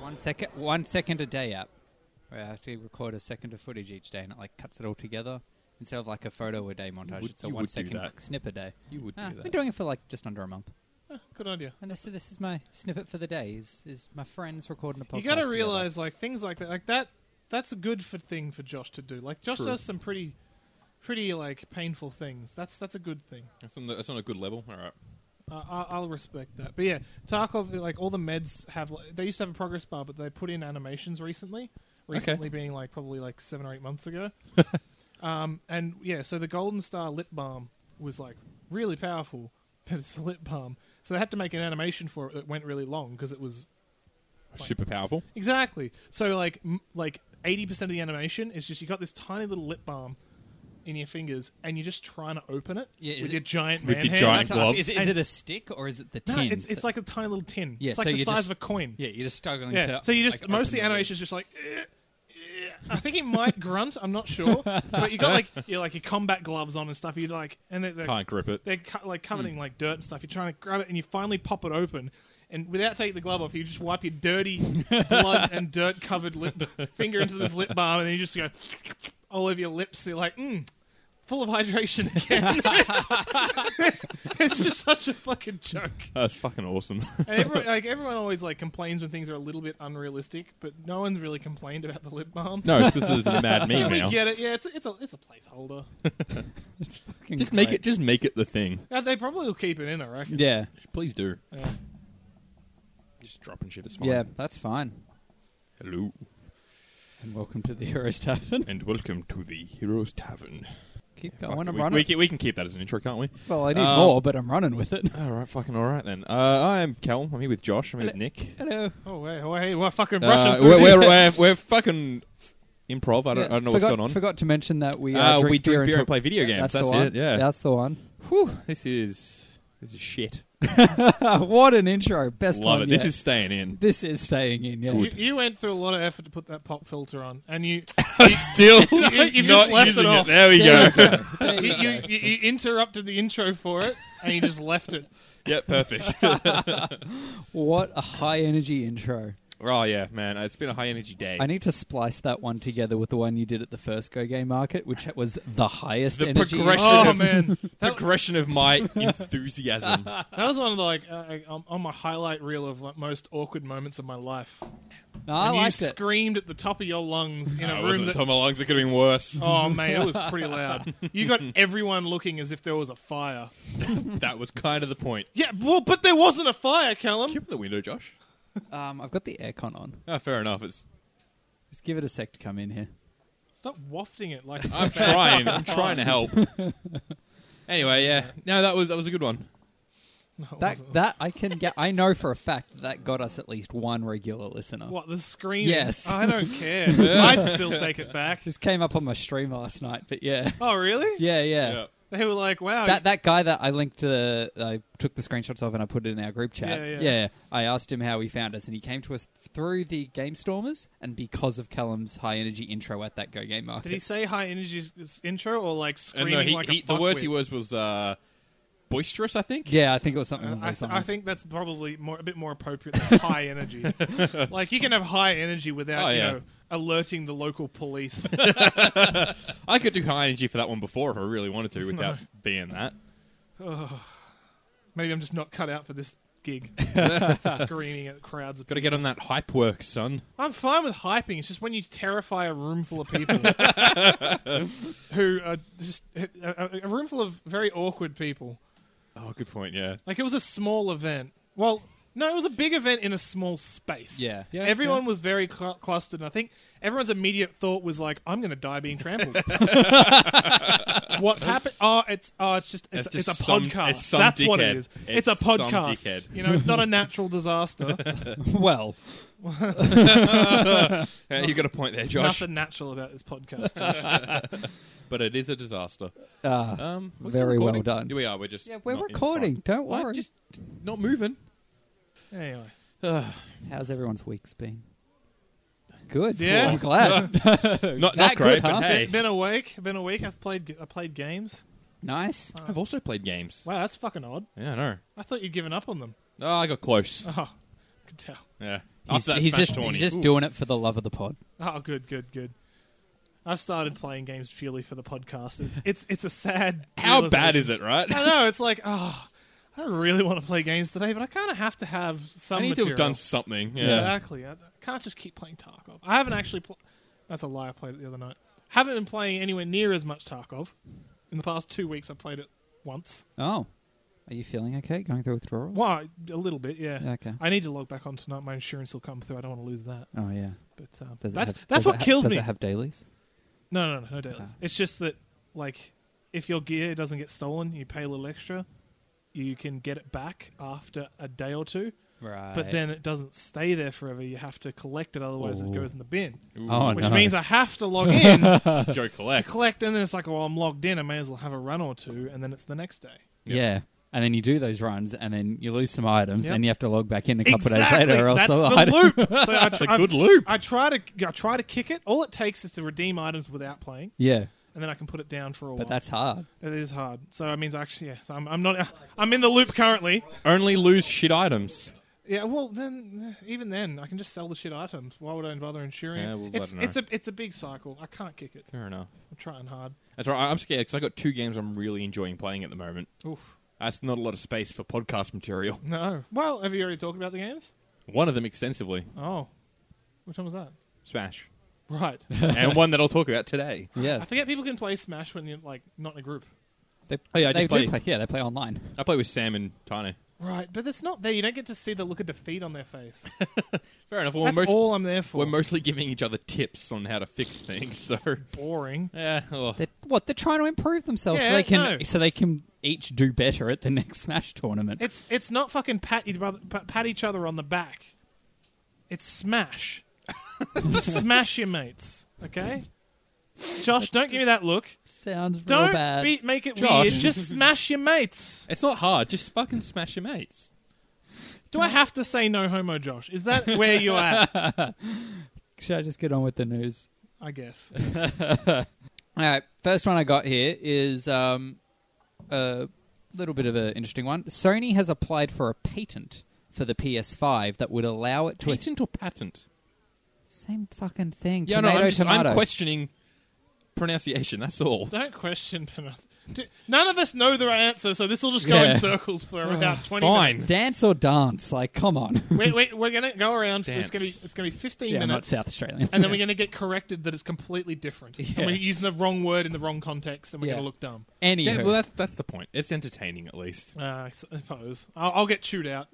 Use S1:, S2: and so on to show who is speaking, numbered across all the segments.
S1: One second, one second a day app, where I actually record a second of footage each day, and it like cuts it all together instead of like a photo a day montage.
S2: would-
S1: it's a
S2: you
S1: one
S2: would do
S1: second
S2: that.
S1: snip a day.
S2: You would
S1: Ah,
S2: do
S1: Been
S2: that.
S1: doing it for like just under a month,
S3: Ah, good idea.
S1: and this this is my snippet for the day. Is is my friends recording a podcast?
S3: you got to
S1: together.
S3: realize like things like that, like that. That's a good for thing for Josh to do. Like Josh
S2: True.
S3: does some pretty, pretty like painful things. That's that's a good thing.
S2: It's on, the, it's on a good level. All right.
S3: Uh, I, I'll respect that. But yeah, Tarkov, like all the meds have, like, they used to have a progress bar, but they put in animations recently. Recently being like probably like seven or eight months ago. um, and yeah, so the Golden Star lip balm was like really powerful, but it's a lip balm. So they had to make an animation for it that went really long because it was
S2: Super powerful.
S3: Exactly. So like m- like eighty percent of the animation is just you got this tiny little lip balm in your fingers, and you're just trying to open it
S1: Yeah, is
S3: with
S1: it-
S3: your giant
S2: With
S3: man
S2: your
S3: hand.
S2: giant
S1: That's what I was-
S2: gloves.
S1: Is, is it a stick or is it the
S3: No,
S1: tin?
S3: it's, it's like a tiny little tin.
S1: Yeah,
S3: it's like
S1: so
S3: the
S1: you
S3: size
S1: just-
S3: of a coin.
S1: yeah, you're just struggling
S3: Yeah.
S1: to.
S3: So you just
S1: like, open
S3: most of the
S1: lid.
S3: animation is just like. "Eh, eh." I think he might grunt. I'm not sure, but you got like you like your combat gloves on and stuff. You like and they're, they're,
S2: Can't grip it.
S3: they're co- like covered in like dirt and stuff. You're trying to grab it and you finally pop it open, and without taking the glove off, you just wipe your dirty blood and dirt covered lip finger into this lip balm, and then you just go all over your lips. You're like, mm, full of hydration again. it's just such a fucking joke.
S2: That's fucking awesome.
S3: And everyone, like everyone always like complains when things are a little bit unrealistic, but no one's really complained about the lip balm.
S2: no, this is a mad meme
S3: We
S2: now.
S3: get it. Yeah, it's it's a it's a placeholder.
S1: Fucking
S2: Just make
S1: great.
S2: it. Just make it the thing.
S3: Uh, they probably will keep it in, I reckon.
S1: Yeah,
S2: Please do.
S3: Yeah.
S2: Just dropping shit. It's fine.
S1: yeah, that's fine.
S2: Hello
S1: And welcome to the Heroes Tavern.
S2: and welcome to the Heroes Tavern.
S1: Keep
S2: Fuck
S1: going.
S2: it,
S1: I'm
S2: we,
S1: running.
S2: we, can, we can keep that as an intro, can't we?
S1: well, I need
S2: um,
S1: more, but I'm running with it.
S2: All right, fucking all right then. Uh, I am Cal. I'm here with Josh. I'm here with Nick.
S1: Hello.
S3: Oh hey, oh hey, we're fucking
S2: Uh,
S3: Russian.
S2: we're, we're, we're, we're fucking improv. I don't, I don't know
S1: forgot,
S2: what's going on.
S1: Forgot to mention that we uh,
S2: Uh,
S1: drink
S2: we drink beer,
S1: beer,
S2: and
S1: talk-
S2: play video games. That's,
S1: the one.
S2: it. Yeah.
S1: that's the one.
S2: Whew, this is this is shit.
S1: Ah, what an intro! Best
S2: Love
S1: one
S2: it.
S1: yet.
S2: This is staying in.
S1: this is staying in. Yeah,
S3: You, you went through a lot of effort to put that pop filter on, and you
S2: Still,
S3: you've just left it off.
S2: There we
S1: There
S2: go.
S1: you go. There
S3: you,
S1: you
S3: you,
S1: go.
S3: you, you interrupted the intro for it, and you just left it.
S2: yeah, perfect.
S1: What a high energy intro!
S2: oh yeah, man. It's been a high energy day.
S1: I need to splice that one together with the one you did at the first Go Game Market, which was the highest
S2: The
S1: energy.
S2: progression
S1: intro.
S2: Should've-
S3: Oh man,
S2: Progression of my enthusiasm.
S3: that was one of the like uh, like, on, on my highlight reel of like, most awkward moments of my life.
S1: No, I
S3: and you
S1: liked it.
S3: screamed at the top of your lungs in
S2: I
S3: a room
S2: wasn't
S3: that.
S2: Tom Alongs. It could have been worse.
S3: Oh man, it was pretty loud. You got everyone looking as if there was a fire.
S2: That was kind of the point.
S3: Yeah, well, but there wasn't a fire, Callum.
S2: Keep the window, Josh.
S1: Um, I've got the aircon on.
S2: Ah, fair enough. It's
S1: Let's give it a sec to come in here.
S3: Stop wafting it like it's a
S2: I'm
S3: bad
S2: trying. I'm trying to help. Anyway, yeah. No, that was that was a good one.
S3: No, it
S1: That
S3: wasn't.
S1: that I can get. I know for a fact that got us at least one regular listener.
S3: What the screaming?
S1: Yes.
S3: I don't care. I'd still take it back.
S1: This came up on my stream last night, but yeah,
S3: Oh really?
S1: yeah, yeah.
S3: They were like, "Wow,
S1: That that guy that I linked to, I took the screenshots of and I put it in our group chat.
S3: Yeah, yeah.
S1: I asked him how he found us, and he came to us through the Game Stormers and because of Callum's high energy intro at that Go Game Market.
S3: Did he say high energy s- s- intro or like
S2: And
S3: screaming
S2: no, he,
S3: like
S2: he,
S3: a
S2: the words he was
S3: fuckwit?
S2: was uh, boisterous. I think.
S1: yeah, I think it was something.
S3: Uh,
S1: along
S3: I,
S1: those
S3: th- I
S1: lines.
S3: think that's probably more a bit more appropriate than high energy. like you can have high energy without
S2: Oh,
S3: you
S2: yeah.
S3: know alerting the local police.
S2: I could do high energy for that one before if I really wanted to, without being that.
S3: Maybe I'm just not cut out for this gig. screaming at crowds of
S2: Got to get on that hype work, son.
S3: I'm fine with hyping. It's just when you terrify a room full of people who are just a, a- a room full of very awkward people.
S2: Oh, good point. Yeah.
S3: Like it was a small event. Well, no, it was a big event in a small space.
S1: Yeah. Yeah,
S3: everyone was very cl- clustered, and I think everyone's immediate thought was like, "I'm going to die being trampled." What's happened? Oh, it's oh, it's just
S2: That's
S3: it's,
S2: just
S3: it's a
S2: some-
S3: podcast.
S2: it's some
S3: That's what it
S2: dickhead.
S3: is. It's,
S2: It's
S3: a
S2: some
S3: podcast.
S2: dickhead.
S3: You know, it's not a natural disaster.
S1: well,
S2: Yeah, you got a point there, Josh.
S3: Nothing natural about this podcast.
S2: But it is a disaster.
S1: uh,
S2: Um, we're still
S1: Very well
S2: recording.
S1: done.
S2: Here we are. We're just
S1: yeah, we're
S2: not in the
S1: recording.
S2: front.
S1: Don't
S2: I'm
S1: worry.
S2: just not moving.
S3: Anyway,
S2: Ugh.
S1: How's everyone's week's been? Good.
S3: Yeah.
S1: I'm glad.
S2: not
S1: that
S2: not great,
S1: good,
S2: but
S1: huh?
S2: hey,
S3: been awake. Been awake. I've played. I played games.
S1: nice.
S2: I've also played games.
S3: Wow, that's fucking odd.
S2: Yeah, I know.
S3: I thought you'd given up on them.
S2: Oh, I got close.
S3: Oh, could tell.
S2: Yeah.
S1: He's,
S2: After that
S1: he's
S2: Smash
S1: just
S2: 20.
S1: he's just
S2: Ooh.
S1: doing it for the love of the pod.
S3: Oh, good, good, good. I've started playing games purely for the podcast. It's it's, it's a sad.
S2: How bad is it, right?
S3: I know. It's like, oh, I really want to play games today, but I kind of have to have some.
S2: I need to have
S3: material.
S2: done something. Yeah.
S3: Exactly. I I can't just keep playing Tarkov. I haven't actually. Pl- That's a lie. I played it the other night. Haven't been playing anywhere near as much Tarkov. In the past two weeks, I played it once.
S1: Oh, are you feeling okay? Going through withdrawals?
S3: Why? a little bit, yeah.
S1: Yeah, okay.
S3: I need to log back on tonight. My insurance will come through. I don't want to lose that.
S1: Oh yeah.
S3: But um,
S1: Does it have-
S3: that's that's
S1: does it
S3: what
S1: ha-
S3: kills
S1: does
S3: me.
S1: it have dailies?
S3: No, no, no, no dailies.
S1: Ah.
S3: It's just that, like, if your gear doesn't get stolen, you pay a little extra. You can get it back after a day or two,
S1: Right.
S3: but then it doesn't stay there forever. You have to collect it, otherwise it
S1: Ooh.
S3: goes in the bin.
S2: Ooh,
S1: Oh,
S3: Which
S1: no.
S3: means I have to log in to
S2: Go collect.
S3: collect, and then it's like, well, I'm logged in. I may as well have a run or two, and then it's the next day.
S2: Yeah.
S1: yeah. And then you do those runs, and then you lose some items,
S3: Yep.
S1: and you have to log back in a couple
S3: Exactly!
S1: of days later, or else
S3: That's
S1: the
S3: the
S1: item-
S3: loop. So I,
S2: It's a
S3: I-
S2: good loop.
S3: I try to I try to kick it. All it takes is to redeem items without playing,
S1: Yeah,
S3: and then I can put it down for a
S1: but
S3: while.
S1: that's hard.
S3: It is hard. So it means actually, yes, I'm, I'm not. I'm in the loop currently.
S2: Only lose shit items.
S3: Yeah. Well, then eh, even then, I can just sell the shit items. Why would I bother insuring?
S2: Yeah,
S3: it?
S2: well, I
S3: it's
S2: don't know.
S3: it's a it's a big cycle. I can't kick it.
S2: Fair enough.
S3: I'm trying hard.
S2: That's right. I- I'm scared because I got two games I'm really enjoying playing at the moment.
S3: Oof.
S2: That's not a lot of space for podcast material.
S3: No. Well, have you already talked about the games?
S2: One of them extensively,
S3: Oh, which one was that?
S2: Smash,
S3: Right.
S2: and one that I'll talk about today.
S3: I
S1: Yes,
S3: forget people can play Smash when you're like not in a group.
S1: they,
S2: Oh, yeah, I
S1: they
S2: just
S1: do
S2: play-
S1: play. Yeah, they play online.
S2: I play with Sam and Tane.
S3: Right, but it's not there. You don't get to see the look of defeat on their face.
S2: Fair enough. Well,
S3: That's
S2: we're, most-
S3: all I'm there for.
S2: we're mostly giving each other tips on how to fix things. So
S3: boring.
S2: yeah, oh,
S1: They're, what they're trying to improve themselves so
S3: Yeah,
S1: they can
S3: no.
S1: so they can each do better at the next Smash tournament.
S3: It's it's not fucking pat each other, pat, pat each other on the back. It's smash, smash your mates. Okay, Josh, don't give me that look.
S1: sounds real
S3: Don't
S1: bad.
S3: be, make it
S2: Josh.
S3: weird. Just smash your mates.
S2: it's not hard. Just fucking smash your mates.
S3: Do I have to say no homo, Josh? Is that where you're at?
S1: Should I just get on with the news?
S3: I guess.
S1: All right, first one I got here is um, a little bit of an interesting one. Sony has applied for a patent for the PS5 that would allow it to
S2: Patent or patent?
S1: same fucking thing.
S2: Yeah,
S1: tomato,
S2: no, I'm, just,
S1: tomato.
S2: I'm questioning pronunciation. That's all.
S3: Don't question Penrith. D- None of us know the right answer, so this will just go
S1: Yeah.
S3: in circles for about twenty
S2: Fine.
S3: minutes.
S1: Dance or dance? Like, come on.
S3: Wait, wait, we're gonna go around. It's
S2: Dance.
S3: gonna be it's gonna be fifteen
S1: yeah, I'm not
S3: minutes.
S1: South Australian.
S3: and then we're going to get corrected that it's completely different.
S1: Yeah.
S3: And we're using the wrong word in the wrong context, and we're
S1: Yeah.
S3: going to look dumb.
S1: Anywho,
S2: Yeah, well, that's that's the point. It's entertaining at least.
S3: Uh, I suppose. I'll, I'll get chewed out.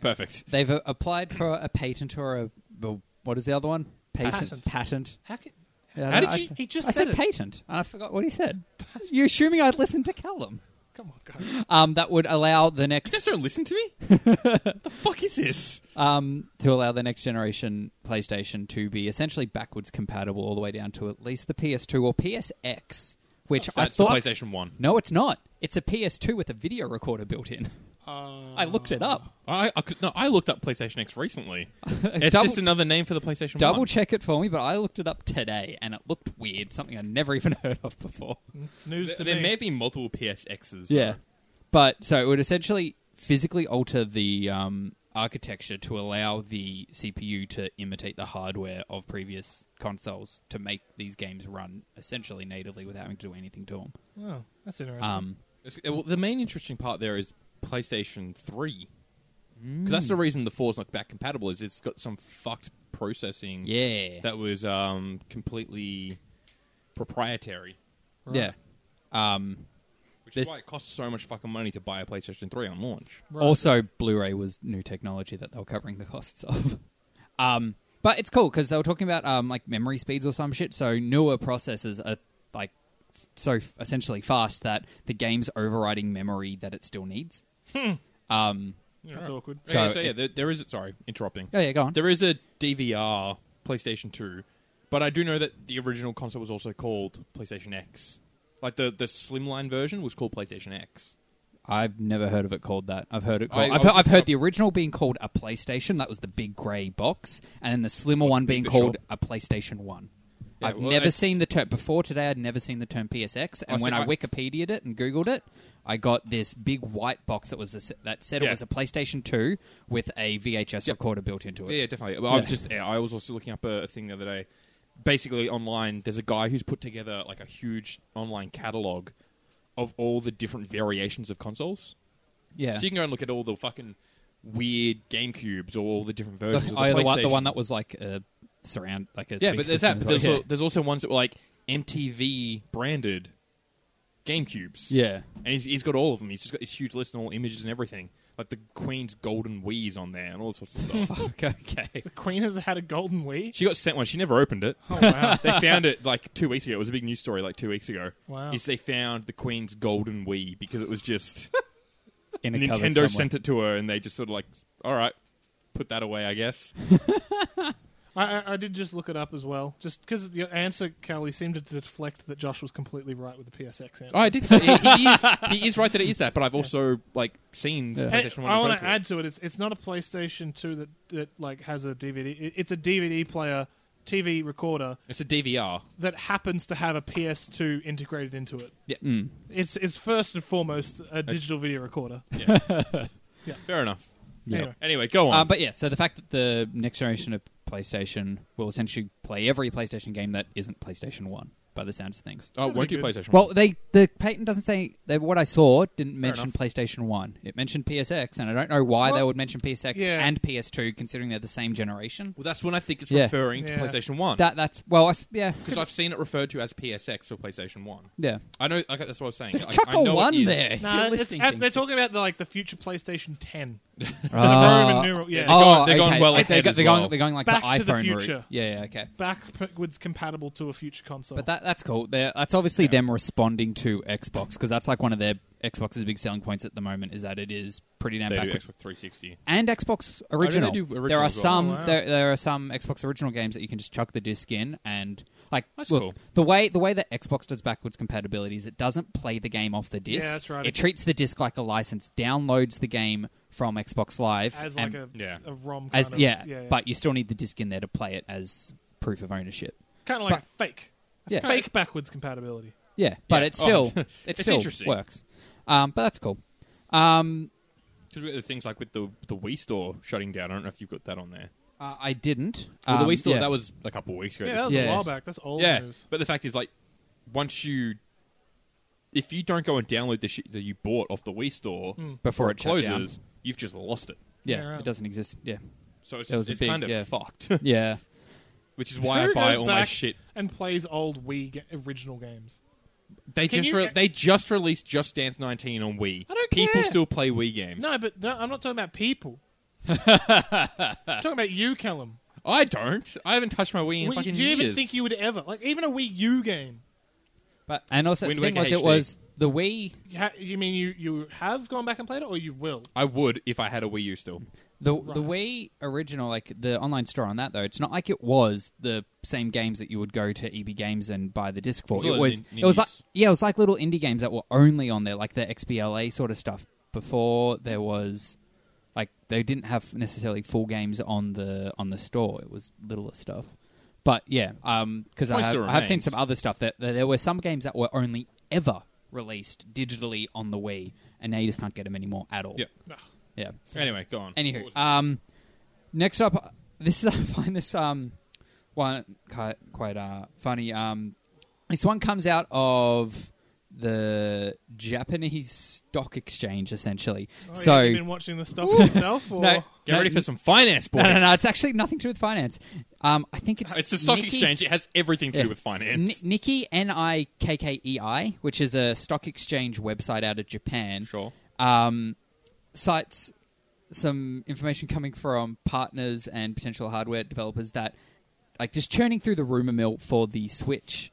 S2: Perfect.
S1: they've uh, applied for a patent or a well, what is the other one?
S3: Patent.
S1: Patent. Patent.
S3: How can,
S1: Yeah,
S2: How
S1: I-
S2: did
S1: I-
S2: you-
S3: he just
S1: I
S3: said
S1: said
S3: it.
S1: patent, and I forgot what he said. You're assuming I'd listen to Callum.
S3: Come on, guys.
S1: Um, that would allow the
S2: You guys
S1: next
S2: don't listen to me. the fuck is this?
S1: um, to allow the next generation PlayStation to be essentially backwards compatible all the way down to at least the PS2 or PSX, which I
S2: Oh, That's
S1: thought
S2: the PlayStation One.
S1: no, it's not. It's a PS2 with a video recorder built in.
S3: Uh,
S1: I looked it up.
S2: I, I could- no, I looked up PlayStation X recently. It's
S1: Double-
S2: just another name for the PlayStation
S1: Double
S2: One.
S1: check it for me, but I looked it up today and it looked weird, something I never even heard of before.
S3: It's news
S2: Th-
S3: to
S2: there
S3: me.
S2: may have been multiple PSXs.
S1: Yeah. But so it would essentially physically alter the um, architecture to allow the CPU to imitate the hardware of previous consoles to make these games run essentially natively without having to do anything to them.
S3: oh, that's interesting.
S1: Um,
S2: It's- uh, well, the main interesting part there is PlayStation Three, because that's the reason the four's not back compatible. Is it's got some fucked processing
S1: yeah.
S2: that was um, completely proprietary,
S1: Yeah. Um,
S2: which
S1: There's-
S2: is why it costs so much fucking money to buy a PlayStation Three on launch.
S3: Right.
S1: Also, Blu-ray was new technology that they were covering the costs of. Um, but it's cool because they were talking about um, like memory speeds or some shit. So newer processors are like f- so f- essentially fast that the game's overriding memory that it still needs. Um,
S3: That's awkward.
S1: So-
S2: yeah, so yeah,
S1: it-
S2: there, there is. Sorry, interrupting.
S1: oh yeah, go on.
S2: There is a DVR PlayStation 2, but I do know that the original console was also called PlayStation X. Like the, the slimline version was called PlayStation X.
S1: I've never heard of it called that. I've heard it
S2: I-
S1: called.
S2: I
S1: I, have
S2: was-
S1: heard, I've heard the original being called a PlayStation. That was the big grey box, and then the slimmer one being
S2: big,
S1: called
S2: sure.
S1: a PlayStation One.
S2: Yeah,
S1: I've
S2: well,
S1: never
S2: it's-
S1: seen the term before today. I'd never seen the term PSX, and
S2: I
S1: when
S2: see-
S1: I,
S2: I-
S1: Wikipedia'd it and Googled it, I got this big white box that was a, se- that said it
S2: Yeah.
S1: was a PlayStation Two with a VHS
S2: Yep.
S1: recorder built into it.
S2: Yeah, yeah, definitely. Well, I was
S1: Yeah.
S2: just yeah, I was also looking up a, a thing the other day. Basically, online, there's a guy who's put together like a huge online catalog of all the different variations of consoles.
S1: Yeah,
S2: So you can go and look at all the fucking weird GameCubes or all the different
S1: the,
S2: versions of the
S1: oh, yeah,
S2: PlayStation.
S1: the one, the one that was like a surround, like a
S2: yeah,
S1: speaker
S2: but there's
S1: system
S2: that.
S1: as
S2: But
S1: well.
S2: there's, al- there's also ones that were like MTV branded GameCubes.
S1: yeah.
S2: and he's, he's got all of them. He's just got this huge list and all images and everything, like the Queen's golden Wii's on there and all sorts of stuff.
S1: yeah. Okay, okay.
S3: The Queen has had a golden Wii.
S2: She got sent one. She never opened it.
S3: Oh wow!
S2: they found it like two weeks ago. It was a big news story like two weeks ago.
S3: Wow.
S2: Is they found the Queen's golden Wii because it was just
S1: In a cupboard somewhere.
S2: Nintendo sent it to her and they just sort of like, all right, put that away, I guess.
S3: I, I, I did just look it up as well, just because the answer, Kelly, seemed to deflect that Josh was completely right with the PSX answer.
S2: Oh, I did say he, he is he is right that it is that, but I've also like seen
S1: Yeah.
S3: Hey,
S2: PlayStation One.
S3: I
S2: referred
S3: want to
S2: it.
S3: add to it. It's it's not a PlayStation Two that that like has a DVD. It- It's a DVD player, TV recorder
S2: It's a DVR.
S3: that happens to have a PS2 integrated into it.
S1: Mm.
S3: It's it's first and foremost a digital video recorder.
S2: Fair enough.
S1: Yeah.
S3: Anyway,
S2: Anyway, go on.
S1: Um, but yeah, so the fact that the next generation of PlayStation will essentially play every PlayStation game that isn't PlayStation One, by the sounds of things.
S2: oh, won't do
S3: that'd be
S2: PlayStation
S1: Well, they the patent doesn't say they, what I saw didn't mention
S2: enough.
S1: PlayStation One. It mentioned PSX, and I don't know why they
S3: Well,
S1: would mention PSX
S3: yeah.
S1: and PS2, considering they're the same generation.
S2: Well, that's when I think it's
S1: Yeah.
S2: referring to
S3: Yeah.
S2: PlayStation One
S1: That that's well, I s yeah,
S2: because I've seen it referred to as PSX or PlayStation One.
S1: yeah.
S2: I know. Okay, that's what I was saying.
S1: Just
S2: I,
S1: chuck
S2: I
S1: a
S2: know it
S1: one
S2: is.
S1: there. if
S3: Nah,
S1: you're
S3: it's-
S1: listing
S3: uh,
S1: things.
S3: they're talking about the like the future PlayStation 10.
S1: Ah,
S3: Roman numeral, yeah.
S2: They're
S1: Oh,
S2: going- they're going
S1: okay.
S2: well
S1: Like,
S2: ahead
S1: they're, go-
S2: as
S1: they're
S2: well.
S1: going, they're going like
S3: Back
S1: the
S3: to the
S1: iPhone route.
S3: future.
S1: Yeah, yeah, okay.
S3: Backwards compatible to a future console.
S1: But that that's cool. They're, that's obviously them responding to Xbox because that's like one of their Xbox's big selling points at the moment is that it is pretty damn
S2: They do
S1: backwards
S2: Xbox 360.
S1: and Xbox
S2: they
S1: original.
S2: do original
S1: there are
S2: as well.
S1: some
S3: Oh, wow.
S1: there, there are some Xbox original games that you can just chuck the disc in and like
S2: That's
S1: look,
S2: cool.
S1: the way the way that Xbox does backwards compatibility is it doesn't play the game off the disc.
S3: that's right.
S1: It,
S3: It just-
S1: treats the disc like a license, downloads the game from Xbox Live
S3: as
S1: and-
S3: like a,
S2: yeah.
S3: a ROM kind
S1: as
S3: of,
S1: yeah, but you still need the disc in there to play it as proof of ownership.
S3: kind of like
S1: but-
S3: a fake
S1: Yeah.
S3: fake backwards compatibility.
S1: Yeah, but
S2: Yeah.
S1: it
S2: Oh.
S1: still it
S2: It's
S1: still
S2: interesting.
S1: works. Um, but that's cool. Um,
S2: Because the things like with the the Wii Store shutting down, I don't know if you've got that on there.
S1: uh, I didn't.
S2: Well, the
S1: Um,
S2: Wii Store
S1: yeah.
S2: that was a couple of weeks ago.
S3: Yeah, that was
S1: Yeah.
S3: a while back. That's old
S2: yeah.
S3: news.
S2: But the fact is, like, once you, if you don't go and download the shit that you bought off the Wii Store
S3: Hmm.
S1: before it shut down.
S2: closes, you've just lost it.
S1: Yeah,
S3: Yeah, right.
S1: it doesn't exist. Yeah,
S2: So it's
S1: That was
S2: just,
S1: a
S2: it's
S1: big-
S2: kind of
S1: yeah.
S2: fucked.
S1: yeah.
S2: Which is why I
S3: Who
S2: buy
S3: goes
S2: all my
S3: back
S2: shit.
S3: and plays old Wii ga- original games.
S2: They
S3: Can
S2: just
S3: you-
S2: re- they just released Just Dance 19 on Wii.
S3: I don't
S2: People
S3: care.
S2: still play Wii games.
S3: No, but no, I'm not talking about people. I'm talking about you, Callum.
S2: I don't. I haven't touched my Wii in
S3: Wii-
S2: fucking
S3: do you
S2: years.
S3: even think you would ever like even a Wii U game?
S1: But and also
S2: Wind
S1: the thing
S2: Waker
S1: was, it
S2: HD.
S1: was the Wii.
S3: You, ha- you mean you you have gone back and played it, or you will? Oh,
S2: I would if I had a Wii U still.
S1: The the Wii original, like the online store on that though, it's not like it was the same games that you would go to EB Games and buy the disc for.
S2: It was all
S1: It was
S2: nin-
S1: it was like
S2: nindies.
S1: yeah, it was like little indie games that were only on there, like the XBLA sort of stuff. Before there was like they didn't have necessarily full games on the on the store. It was littler stuff. But yeah, because I,
S2: Toy
S1: have,
S2: Store
S1: I have seen
S2: remains.
S1: some other stuff that, that there were some games that were only ever released digitally on the Wii, and now you just can't get them anymore at all.
S2: Yep.
S1: Yeah.
S2: Anyway, go on. What was
S1: Anywho,
S2: it?
S1: um, next up, this is I find this um one quite quite uh funny. Um, this one comes out of the Japanese stock exchange, essentially.
S3: Oh,
S1: so
S3: yeah, you've been watching the stuff yourself, or
S1: no,
S2: get
S1: no,
S2: ready for some finance, boys.
S1: no, no, no, it's actually nothing to do with finance. Um, I think it's
S2: It's the stock
S1: Nikkei-
S2: exchange. It has everything to
S1: Yeah.
S2: do with
S1: N-
S2: finance.
S1: Nikkei N I K K E I, which is a stock exchange website out of Japan
S2: sure.
S1: um, cites some information coming from partners and potential hardware developers that, like, just churning through the rumor mill for the Switch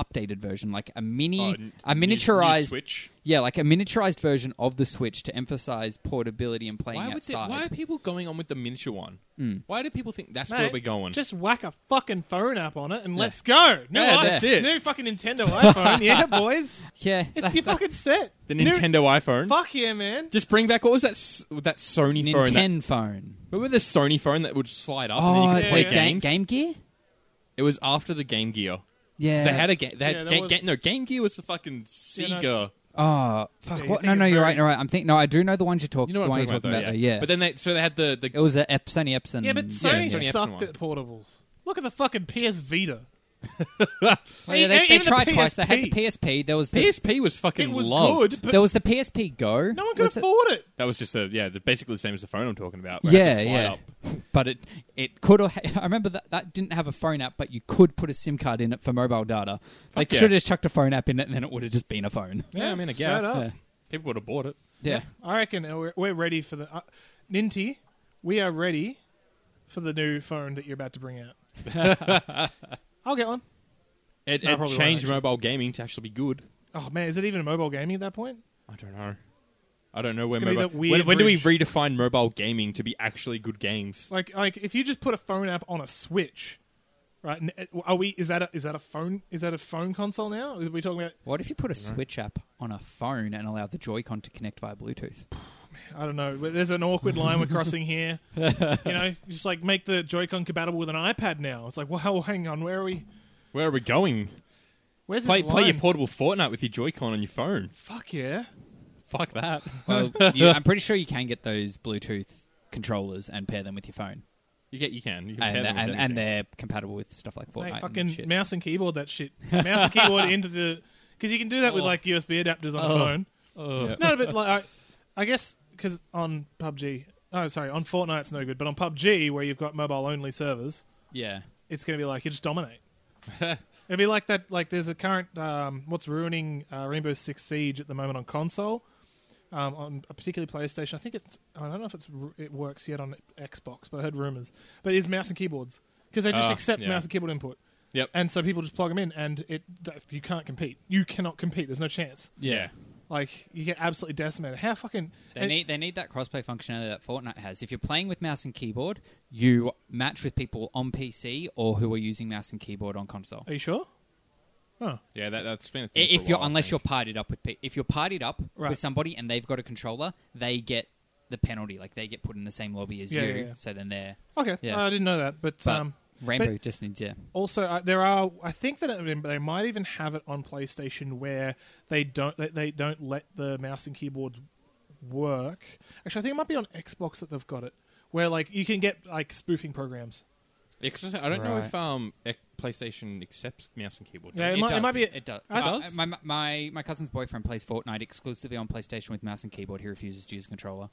S1: updated version, like a mini,
S2: Oh, n-
S1: a
S2: new- new
S1: miniaturized,
S2: Switch.
S1: yeah, like a miniaturized version of the Switch to emphasize portability and playing
S2: Why, would they,
S1: outside. Hmm.
S2: why are people going on with the miniature one? Why do people think that's where
S3: Mate,
S2: we're going?
S3: Just whack a fucking phone app on it and let's go. New
S2: Yeah,
S3: i-
S2: that's it.
S3: New fucking Nintendo iPhone. yeah, boys.
S1: yeah,
S3: It's
S1: that-
S3: your
S1: that-
S3: fucking set.
S2: the
S3: New-
S2: Nintendo iPhone.
S3: Fuck yeah, man.
S2: Just bring back what was that s- that Sony phone? That,
S1: Nintendo phone.
S2: remember the Sony phone that would slide up
S1: Oh,
S2: and then you
S1: the
S2: could
S3: yeah.
S2: play
S3: Yeah.
S1: Game,
S2: games?
S1: game Gear.
S2: It was after the Game Gear.
S1: Yeah,
S2: They had a game. They had
S3: Yeah, that
S2: Ga-
S3: was-
S2: Ga- no Game Gear was the fucking Sega.
S3: no.
S1: Oh fuck!
S3: Yeah, you
S1: what?
S3: think
S1: No,
S3: it's
S1: no, you're
S3: very-
S1: right. You're right. I'm thinking. No, I do know the ones you talk.
S2: You know
S1: the
S2: what
S1: one
S2: I'm
S1: you're
S2: talking about, though,
S1: though,
S2: yeah.
S1: yeah.
S2: But then they so they had the the
S1: it was a Ep- Sony Epson.
S3: Yeah, but
S2: Mm, Sony
S3: Sony
S2: it's only Epson
S3: sucked
S2: one.
S3: at portables. Look at the fucking PS Vita.
S1: Well, yeah,
S3: e-
S1: they, they
S3: even the
S1: tried twice. They had the
S3: PSP.
S1: PSP. There was the
S2: PSP was fucking
S3: It was
S2: loved.
S3: good, but
S1: there was the PSP Go.
S3: no one could
S1: was it?
S3: afford it.
S2: That was just a yeah, the, basically the same as the phone I'm talking about. where I had to
S1: Yeah,
S2: slide
S1: yeah.
S2: up.
S1: But it it could. have- I remember that that didn't have a phone app, but you could put a SIM card in it for mobile data. They
S2: Fuck yeah.
S1: should have chucked a phone app in it, and then it would have just been a phone.
S2: Yeah, I mean, I
S3: straight
S2: guess.
S3: up.
S1: Yeah.
S2: People would have bought it.
S1: yeah.
S3: I reckon we're, we're ready for the uh, Ninty. We are ready for the new phone that you're about to bring out. I'll get one.
S2: It,
S3: No, I
S2: it
S3: probably
S2: changed
S3: won't,
S2: mobile gaming to actually be good.
S3: Oh man, is it even a mobile gaming at that point?
S2: I don't know. I don't know when
S3: gonna be
S2: mobile.
S3: that weird
S2: when when do we redefine mobile gaming to be actually good games?
S3: Like, like if you just put a phone app on a Switch, right? n- uh, Are we? Is that a, is that a phone? Is that a phone console now? Are we talking about?
S1: What if you put a Switch app on a phone and allowed the Joy-Con to connect via Bluetooth?
S3: I don't know. but There's an awkward line we're crossing here. you know, just like make the Joy-Con compatible with an iPad now. It's like, well, hang on, where are we?
S2: Where are we going?
S3: Where's
S2: Play
S3: this
S2: play your
S3: line?
S2: portable Fortnite with your Joy-Con on your phone.
S3: Fuck yeah!
S2: Fuck that.
S1: Well, you, I'm pretty sure you can get those Bluetooth controllers and pair them with your phone,
S2: You get you can. You can pair
S1: and
S2: them with
S1: and, and
S2: anything.
S1: they're compatible with stuff like Fortnite.
S3: Mate,
S1: and
S3: fucking
S1: shit.
S3: mouse and keyboard that shit. Mouse and keyboard into the because you can do that with
S2: Oh.
S3: like USB adapters on a
S2: Oh.
S3: phone.
S2: Yeah.
S3: No, but like I, I guess because on PUBG, oh sorry, on Fortnite it's no good, but on PUBG where you've got mobile only servers,
S1: yeah.
S3: it's going to be like you just dominate. It'd be like that. Like there's a current um, what's ruining uh, Rainbow Six Siege at the moment on console, um, on a particular PlayStation. I think it's I don't know if it's r- it works yet on Xbox, but I heard rumors. But it's mouse and keyboards because they just
S2: Ah,
S3: accept
S2: yeah.
S3: mouse and keyboard input.
S2: Yep.
S3: And so people just plug them in, and it you can't compete. You cannot compete. There's no chance.
S2: Yeah.
S3: Like you get absolutely decimated. How fucking
S1: They
S3: and-
S1: need they need that crossplay functionality that Fortnite has. If you're playing with mouse and keyboard, you match with people on PC or who are using mouse and keyboard on console.
S3: Are you sure?
S2: Yeah. That that's been a thing. for
S1: If
S2: a
S1: you're
S2: while, I
S1: unless you're
S2: think.
S1: partied up with pe- if you're partied up
S3: Right.
S1: with somebody and they've got a controller, they get the penalty. Like they get put in the same lobby as
S3: Yeah,
S1: you.
S3: yeah, yeah.
S1: So then they're
S3: Okay,
S1: Yeah.
S3: I didn't know that, but,
S1: But-
S3: um,
S1: Rainbow just needs yeah.
S3: also uh, there are. I think that it, they might even have it on PlayStation where they don't they, they don't let the mouse and keyboards work. Actually, I think it might be on Xbox that they've got it, where like you can get like spoofing programs.
S2: Yeah, 'cause I don't know
S1: Right.
S2: if um ec- PlayStation accepts mouse and keyboard.
S3: Yeah,
S2: does
S3: it
S2: it?
S3: might-
S1: does,
S3: be-
S1: It, does.
S3: I-
S1: Uh,
S2: does?
S1: My, my my cousin's boyfriend plays Fortnite exclusively on PlayStation with mouse and keyboard. He refuses to use a controller.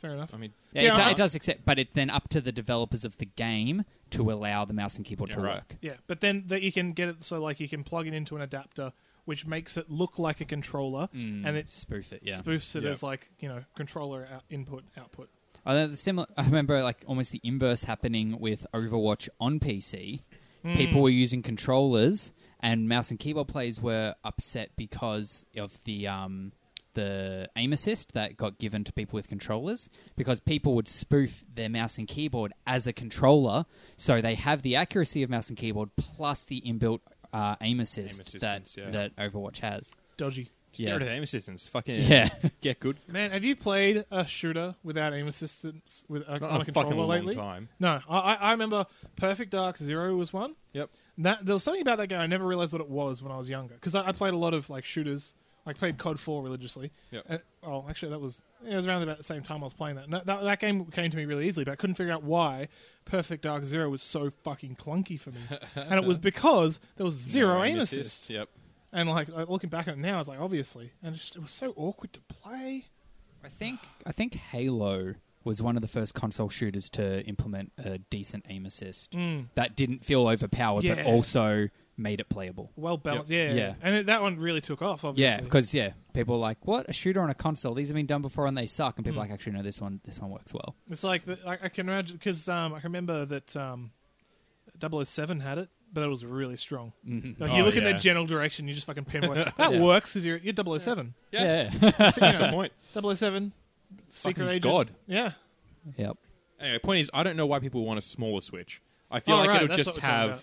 S3: Fair enough.
S2: I mean,
S1: Yeah,
S3: Yeah,
S1: it, do-
S3: I-
S1: it does accept, but it's then up to the developers of the game to allow the mouse and keyboard
S2: Yeah,
S1: to
S2: right.
S1: work.
S3: Yeah, but then that you can get it so like you can plug it into an adapter, which makes it look like a controller, and it
S1: Mm. spoof it. Yeah,
S3: spoofs
S2: Mm.
S3: it
S2: Yeah.
S3: as like you know controller out- input output.
S1: I know the similar. I remember like almost the inverse happening with Overwatch on PC. People were using controllers, and mouse and keyboard players were upset because of the um, the aim assist that got given to people with controllers. Because people would spoof their mouse and keyboard as a controller, so they have the accuracy of mouse and keyboard plus the inbuilt uh, aim assist that
S2: assistance, yeah.
S1: that Overwatch has.
S3: Dodgy.
S2: just get
S1: yeah.
S2: rid of aim assistance. Fucking
S1: Yeah.
S2: get good.
S3: Man, have you played a shooter without aim assistance with uh,
S2: Not
S3: on
S2: in
S3: a
S2: a
S3: controller
S2: fucking long
S3: lately?
S2: time.
S3: No, I, I I remember Perfect Dark Zero was one.
S2: Yep.
S3: That there was something about that game I never realized what it was when I was younger because I, I played a lot of like shooters. I played COD Four religiously.
S2: Yep.
S3: Uh, oh, actually, that was it was around about the same time I was playing that. And that. That that game came to me really easily, but I couldn't figure out why Perfect Dark Zero was so fucking clunky for me, and it was because there was zero
S2: No
S3: aim assist.
S2: Yep.
S3: And like uh, looking back at it now, it's like obviously, and it's just, it was so awkward to play.
S1: I think I think Halo was one of the first console shooters to implement a decent aim assist that didn't feel overpowered,
S3: Mm. Yeah.
S1: but also made it playable.
S3: Well balanced, yeah, yeah.
S1: Yeah.
S3: And it, that one really took off, obviously.
S1: Yeah, because yeah, people are like, "What a shooter on a console? These have been done before and they suck." And people are like, "Actually, no, this one this one works well."
S3: It's like the, I, I can imagine because um, I can remember that um, 007 had it, but it was really strong. Like you
S2: Oh,
S3: look in their
S2: yeah.
S3: general direction, you just fucking pinpoint. that
S1: Yeah.
S3: works because you're, oh you're 007.
S1: Yeah,
S3: So, you
S2: That's the
S3: know,
S2: point.
S3: 007, secret
S2: Fucking
S3: agent.
S2: God.
S3: Yeah,
S1: yep.
S2: Anyway, point is, I don't know why people want a smaller Switch. I feel
S3: Oh,
S2: like
S3: right,
S2: it'll
S3: that's what
S2: just
S3: we're talking
S2: have.
S3: about.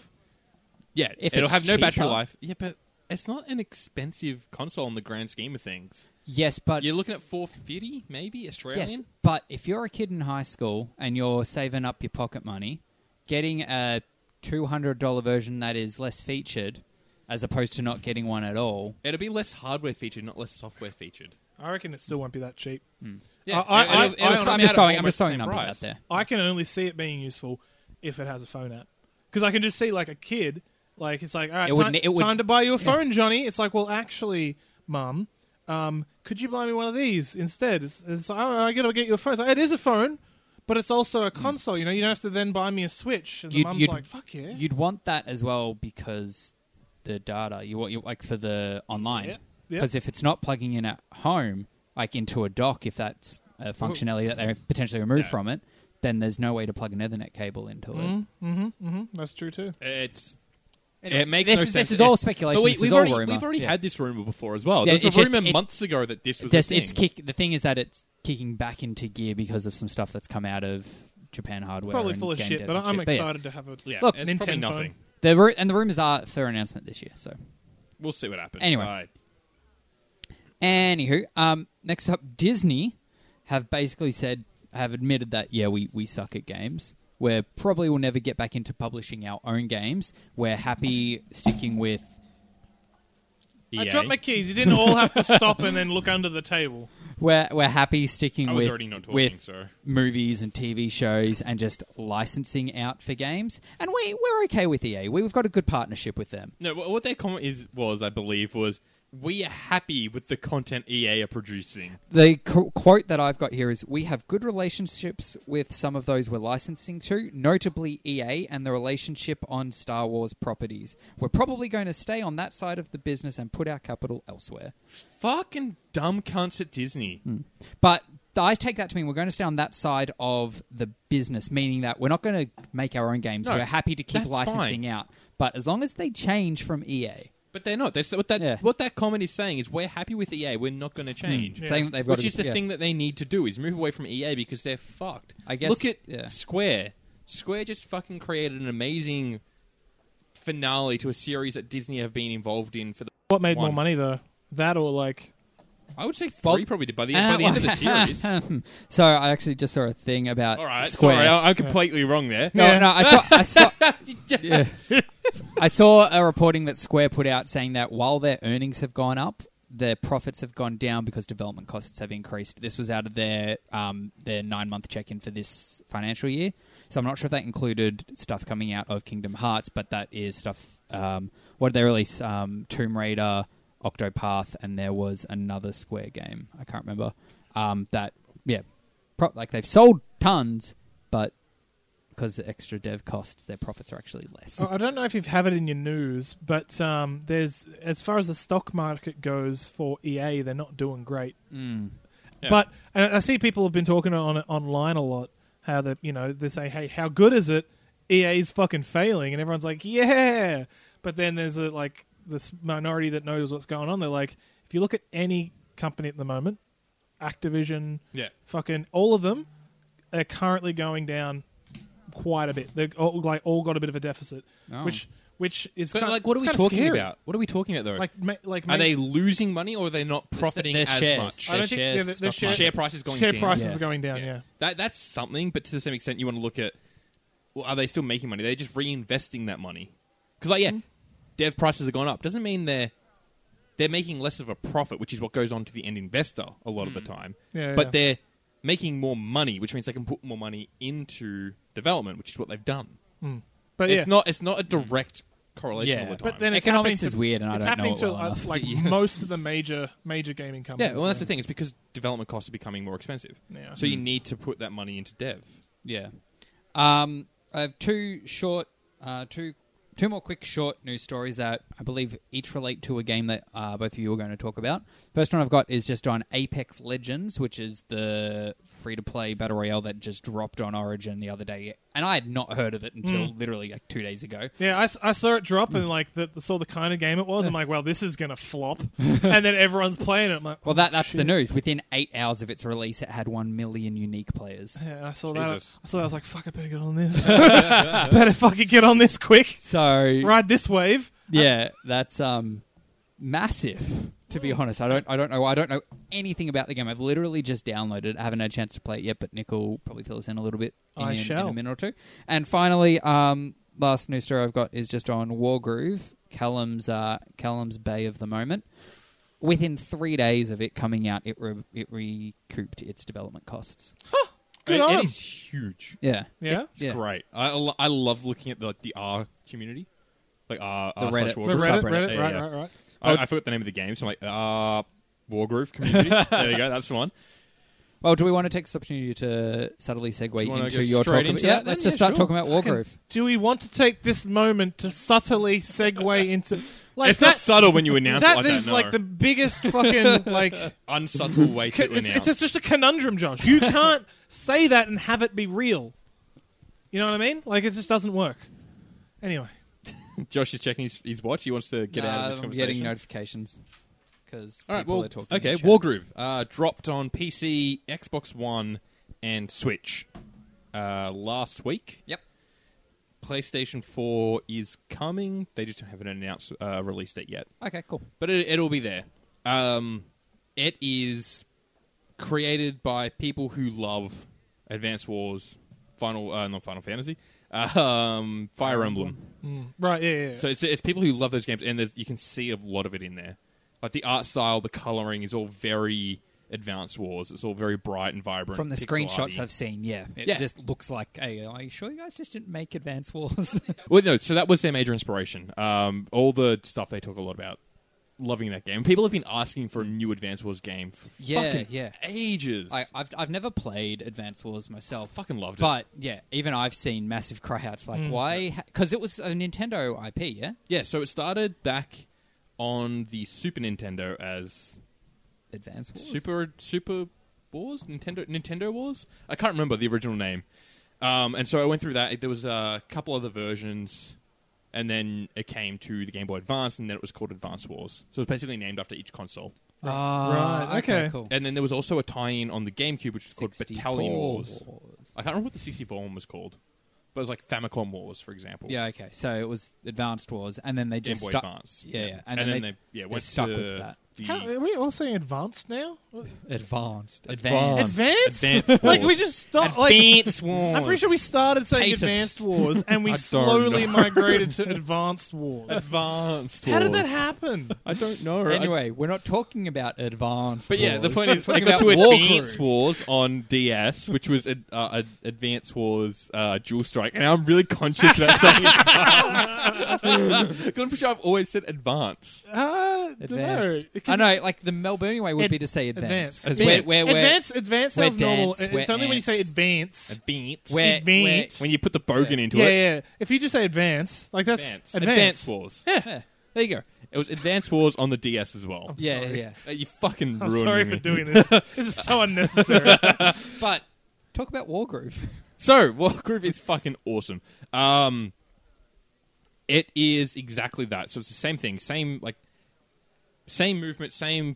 S2: Yeah,
S1: If
S2: it'll
S1: it's
S2: have no battery
S1: cheaper.
S2: life. Yeah, but it's not an expensive console in the grand scheme of things.
S1: Yes, but
S2: You're looking at 450, maybe Australian.
S1: yes, but if you're a kid in high school and you're saving up your pocket money, getting a two hundred dollar version that is less featured as opposed to not getting one at all.
S2: It'll be less hardware featured, not less software featured.
S3: I reckon it still won't be that cheap.
S2: Yeah,
S3: I-
S2: it-
S3: I-
S2: it'll-
S3: I-
S2: it'll
S3: I'm
S2: come
S1: I'm
S2: out
S1: just
S2: at
S1: throwing, I'm
S2: almost
S1: just
S2: the
S1: throwing
S2: same
S1: numbers
S2: price.
S1: out there.
S3: I can only see it being useful if it has a phone app, because I can just see like a kid, like it's like all right,
S1: It would
S3: time,
S1: ne- it would-
S3: time to buy you a phone, Johnny. It's like well, actually, Mum, um, could you buy me one of these instead? It's, it's I, I gotta get you a phone. It's like, it is a phone, but it's also a console. You know, you don't have to then buy me a Switch. And the
S1: Hmm. You'd-
S3: mum's
S1: you'd-
S3: like, fuck yeah,
S1: You'd want that as well because the data you want you like for the online
S3: Yeah, yeah.
S1: because if it's not plugging in at home like into a dock if that's a functionality that they potentially remove
S2: Yeah.
S1: from it then there's no way to plug an ethernet cable into it
S3: Mm. that's true too.
S2: It's
S1: Anyway,
S2: it makes
S1: this
S2: no
S1: is- this
S2: sense.
S1: is all
S2: It-
S1: speculation,
S2: But we,
S1: this
S2: we've
S1: is all
S2: already,
S1: rumor.
S2: we've already
S1: Yeah.
S2: had this rumor before as well.
S1: Yeah,
S2: There's
S1: it's
S2: a
S1: just-
S2: rumor
S1: it-
S2: months ago that this was
S1: Just-
S2: a thing.
S1: it's kick the thing is that it's kicking back into gear because of some stuff that's come out of Japan hardware
S3: Probably
S1: and
S3: full of
S1: game
S3: shit,
S1: devs
S3: but
S1: and
S3: I'm
S1: shit. yeah,
S3: excited to have a
S2: Yeah,
S1: Look,
S2: it's probably
S3: Nintendo.
S2: nothing.
S1: the ru- and the rumors are for announcement this year so
S2: We'll see what happens.
S1: Anyway.
S2: I-
S1: Anywho, um, next up, Disney have basically said, have admitted that, yeah, we, we suck at games. We're probably will never get back into publishing our own games. We're happy sticking with.
S3: I
S1: E
S2: EA.
S3: dropped my keys. You didn't all have to stop and then look under the table.
S1: We're, we're happy sticking
S2: I was
S1: with,
S2: already not talking,
S1: with
S2: so-
S1: movies and TV shows and just licensing out for games. And we, we're okay with EA. We, we've got a good partnership with them.
S2: No, wh- what their comment is was, I believe, was we are happy with the content EA are producing.
S1: The qu- quote that I've got here is We have good relationships with some of those we're licensing to, notably EA and the relationship on Star Wars properties. We're probably going to stay on that side of the business and put our capital elsewhere.
S2: Fucking dumb cunts at Disney.
S1: Hmm. But th- I take that to mean we're going to stay on that side of the business, meaning that we're not going to make our own games.
S2: No,
S1: we're happy to keep
S2: that's
S1: licensing out. But as long as they change from E EA,
S2: But they're not. They're, s- what, that,
S1: Yeah.
S2: what that comment is saying is we're happy with EA. We're not going to change.
S3: Yeah.
S1: saying that they've got
S2: Which
S1: to-
S2: is the
S1: yeah.
S2: thing that they need to do is move away from EA because they're fucked.
S1: I guess-
S2: Look at
S1: yeah.
S2: Square. Square just fucking created an amazing finale to a series that Disney have been involved in for the.
S3: What made more
S2: One.
S3: money though? That or like
S2: I would say three
S1: Well-
S2: probably did by the by the end of the series.
S1: so I actually just saw a thing about
S2: All right,
S1: Square.
S2: sorry, I- I'm completely wrong there.
S1: No,
S3: Yeah.
S1: no, I saw, I saw, yeah. I saw a reporting that Square put out saying that while their earnings have gone up, their profits have gone down because development costs have increased. This was out of their um, their nine month check in for this financial year, so I'm not sure if that included stuff coming out of Kingdom Hearts, but that is stuff. Um, what did they release? Um, Tomb Raider, Octopath, and there was another Square game. I can't remember. Um, that yeah, pro- like they've sold tons, but because the extra dev costs, their profits are actually less.
S3: I don't know if you have it in your news, but um, there's as far as the stock market goes for EA, they're not doing great.
S1: Hmm.
S2: Yeah.
S3: But and I see people have been talking on it online a lot. How that you know they say, "Hey, how good is it?" EA's fucking failing, and everyone's like, "Yeah," but then there's a like this minority that knows what's going on. They're like, if you look at any company at the moment, Activision,
S2: Yeah.
S3: fucking all of them are currently going down quite a bit. They're all, like all got a bit of a deficit,
S1: Oh.
S3: which which is
S2: But
S3: kind-
S2: like, what are
S3: it's
S2: we
S3: kind of
S2: talking
S3: scary.
S2: about? What are we talking about though?
S3: Like, ma- like
S2: are
S3: ma-
S2: they losing money or are they not profiting
S1: their
S2: as
S1: shares.
S2: much?
S1: Their
S3: I don't think-
S1: shares
S3: yeah, their
S1: stock
S3: share-
S1: market.
S2: Share prices going
S3: share
S2: down.
S3: prices
S1: Yeah.
S3: are going down? Yeah.
S2: That that's something, but to the same extent, you want to look at well, are they still making money? They're just reinvesting that money because, like, yeah, dev prices have gone up. Doesn't mean they're they're making less of a profit, which is what goes on to the end investor a lot of the time.
S3: Mm. Yeah,
S2: but
S3: yeah.
S2: they're making more money, which means they can put more money into development, which is what they've done.
S3: But yeah,
S2: It's not it's not a direct correlation all
S1: Yeah.
S2: the time.
S3: but then it's
S1: Economics
S3: happening
S1: is
S3: to,
S1: weird and I
S3: it's
S1: don't know
S3: happening
S1: it
S3: to
S1: well
S3: uh,
S1: enough.
S3: like
S2: Yeah.
S3: most of the major major gaming companies.
S2: yeah, well, that's
S3: now.
S2: the thing. It's because development costs are becoming more expensive,
S3: Yeah. Mm.
S2: so you need to put that money into dev.
S1: Yeah. Um, I have two short, uh, two, two more quick short news stories that I believe each relate to a game that uh, both of you are going to talk about. First one I've got is just on Apex Legends, which is the free to play battle royale that just dropped on Origin the other day, and I had not heard of it until literally like two days ago.
S3: Yeah, I, s- I saw it drop
S2: Hmm.
S3: and like the, saw the kind of game it was. I'm like, well, this is gonna flop, and then everyone's playing it. I'm like,
S1: Well, that that's the news. Within eight hours of its release, it had one million unique players.
S3: Yeah, and I saw
S2: Jesus.
S3: that. I saw that. I was like, "Fuck! I better get on this. better fucking get on this quick.
S1: So
S3: Ride this wave."
S1: Yeah, that's um massive. To be honest, I don't, I don't know, I don't know anything about the game. I've literally just downloaded. it. I haven't had a chance to play it yet, but Nick will probably fill us in a little bit in,
S3: I
S1: in
S3: shall.
S1: a minute or two. And finally, um, last news story I've got is just on Wargroove Callum's uh, Callum's Bay of the moment. Within three days of it coming out, it re- it recouped its development costs.
S3: Good
S2: and,
S3: on
S2: and
S3: 'em.
S2: it's huge.
S1: Yeah,
S3: Yeah?
S1: It- yeah.
S2: Great. I, lo- I love looking at the like, the R community, like R,
S1: The
S2: R slash
S1: Reddit-
S2: war
S3: The
S1: Or
S2: group.
S3: Reddit, Oh.
S1: subreddit.
S3: Reddit,
S2: Yeah,
S3: right,
S2: yeah.
S3: right, right.
S2: I, I forgot the name of the game, so I'm like R war group community. there you go. That's the one.
S1: Well, do we want to take this opportunity to subtly segue
S2: you wanna
S1: into
S2: go
S1: your
S2: straight
S1: talk?
S2: into
S1: yeah,
S2: that then?
S1: let's just
S2: Yeah,
S1: start
S2: sure.
S1: talking about Wargroove.
S3: Do we want to take this moment to subtly segue into like
S2: it's
S3: that?
S2: not subtle when you announce it
S3: that
S2: like
S3: is
S2: that. No.
S3: like the biggest fucking like.
S2: unsubtle way to
S3: it's,
S2: announce.
S3: it's, it's just a conundrum, Josh. You can't say that and have it be real. You know what I mean? Like it just doesn't work. Anyway,
S2: Josh is checking his, his watch. He wants to get out of this
S1: Nah, I'm
S2: conversation.
S1: getting notifications because
S2: All right, well,
S1: are talking.
S2: okay.
S1: in the chat.
S2: Wargroove uh, dropped on PC, Xbox One, and Switch uh, last week.
S1: Yep.
S2: PlayStation 4 is coming. They just haven't announced uh, release date yet,
S1: Okay, cool.
S2: but it, it'll be there. Um, it is created by people who love Advanced Wars, Final, uh, not Final Fantasy, um, Fire Emblem.
S3: right? Yeah, yeah. yeah.
S2: So it's, it's people who love those games, and there's, you can see a lot of it in there. Like the art style, the coloring is all very Advanced Wars. It's all very bright and vibrant.
S1: From the
S2: pixel
S1: screenshots
S2: arty.
S1: I've seen, yeah, it
S2: Yeah.
S1: just looks like. Hey, are you sure you guys just didn't make Advance Wars?
S2: well, no. So that was their major inspiration. Um, all the stuff they talk a lot about, loving that game. People have been asking for a new Advanced Wars game for
S1: Yeah,
S2: fucking
S1: yeah.
S2: ages.
S1: I, I've I've never played Advance Wars myself.
S2: Fucking loved it.
S1: But yeah, even I've seen massive cryouts
S3: Mm.
S1: like why? Because it was a Nintendo IP, yeah.
S2: yeah. So it started back on the Super Nintendo as
S1: Advance Wars.
S2: Super Super Wars Nintendo Nintendo Wars. I can't remember the original name. Um, and so I went through that. There was a couple other versions, and then it came to the Game Boy Advance, and then it was called Advance Wars. So it was basically named after each console.
S1: Ah,
S3: Right, okay.
S1: cool.
S2: And then there was also a tie-in on the GameCube, which was called
S1: 64
S2: Battalion Wars.
S1: Wars.
S2: I can't remember what the 64 one was called, but it was like Famicom Wars, for example.
S1: Yeah, okay. So it was Advanced Wars, and then they
S2: Game
S1: just
S2: Boy
S1: stuck.
S2: Advance.
S1: Yeah, yeah.
S2: And, then, they, yeah went
S1: stuck
S2: to
S1: with that.
S2: the
S3: How, are we all saying advanced now?
S1: Advanced,
S2: Advanced.
S1: advanced.
S3: Advanced?
S2: Advanced
S3: like we
S2: Wars.
S3: just stopped. Like,
S2: Advance Wars.
S3: I'm pretty sure we started saying
S1: Patent.
S3: advanced wars, and we
S2: I don't
S3: slowly
S2: know.
S3: migrated to advanced wars.
S2: Advanced
S3: How did that
S2: Wars.
S3: happen?
S2: I don't know. I-
S1: Anyway, we're not talking about Advanced.
S2: But yeah, the
S1: Wars.
S2: point is,
S1: We're
S2: I
S1: talking
S2: got to
S1: about Wargroove.
S2: Advance Wars on DS, which was ad, uh, ad, Advance Wars uh, Dual Strike, and I'm really conscious about saying Advance. 'Cause I'm pretty sure I've always said Advance.
S3: Uh,
S1: Advanced.
S3: dunno, 'cause
S1: I know, like the Melbourne way would
S3: Ad-
S1: be to say advanced.
S3: advanced.
S1: Where, where, where,
S3: advance, advance
S1: we're
S3: sounds normal.
S1: dance,
S3: It's
S1: we're
S3: only when you say
S1: ants.
S3: advance.
S2: Advance.
S1: where, where,
S3: Advanced.
S2: When you put the bogan into
S3: Yeah,
S2: it.
S3: yeah. If you just say advance, like that's Oh,
S2: Advance.
S3: advance.
S2: Advance Wars.
S3: Yeah.
S1: yeah,
S2: There you go. It was Advance Wars on the DS as well.
S1: yeah,
S3: Sorry.
S1: yeah.
S2: Uh, You fucking
S3: I'm
S2: ruined
S3: sorry
S2: me.
S3: for doing this. this is so unnecessary.
S1: But talk about Wargroove.
S2: So, Wargroove is fucking awesome. Um, it is exactly that. So it's the same thing, same like, same movement, same.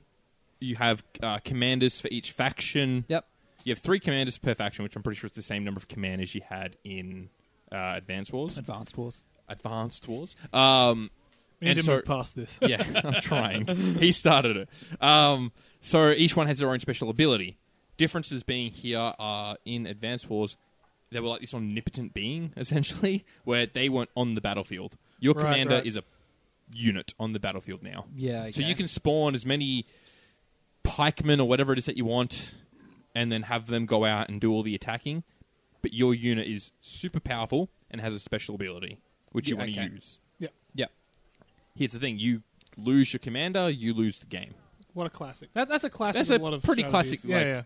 S2: You have uh, commanders for each faction.
S1: Yep.
S2: You have three commanders per faction, which I'm pretty sure it's the same number of commanders you had in uh, Advanced Wars.
S1: Advanced Wars.
S2: Advanced Wars. Um,
S3: We need
S2: And
S3: to
S2: so-
S3: move past this.
S2: yeah, I'm trying. He started it. Um, so each one has their own special ability. Differences being here are in Advanced Wars, they were like this omnipotent being, essentially, where they weren't on the battlefield. Your
S3: Right,
S2: commander
S3: right.
S2: is a unit on the battlefield now.
S1: Yeah,
S2: So
S1: okay.
S2: you can spawn as many pikemen or whatever it is that you want, and then have them go out and do all the attacking. But your unit is super powerful and has a special ability, which you
S1: Yeah,
S2: want to
S1: okay.
S2: use
S3: Yeah.
S1: Yep.
S2: here's the thing: you lose your commander, you lose the game.
S3: What a classic. That, that's a classic.
S2: That's
S3: of
S2: a
S3: lot of
S2: pretty
S3: strategies.
S2: classic,
S3: Yeah,
S2: like,
S3: yeah.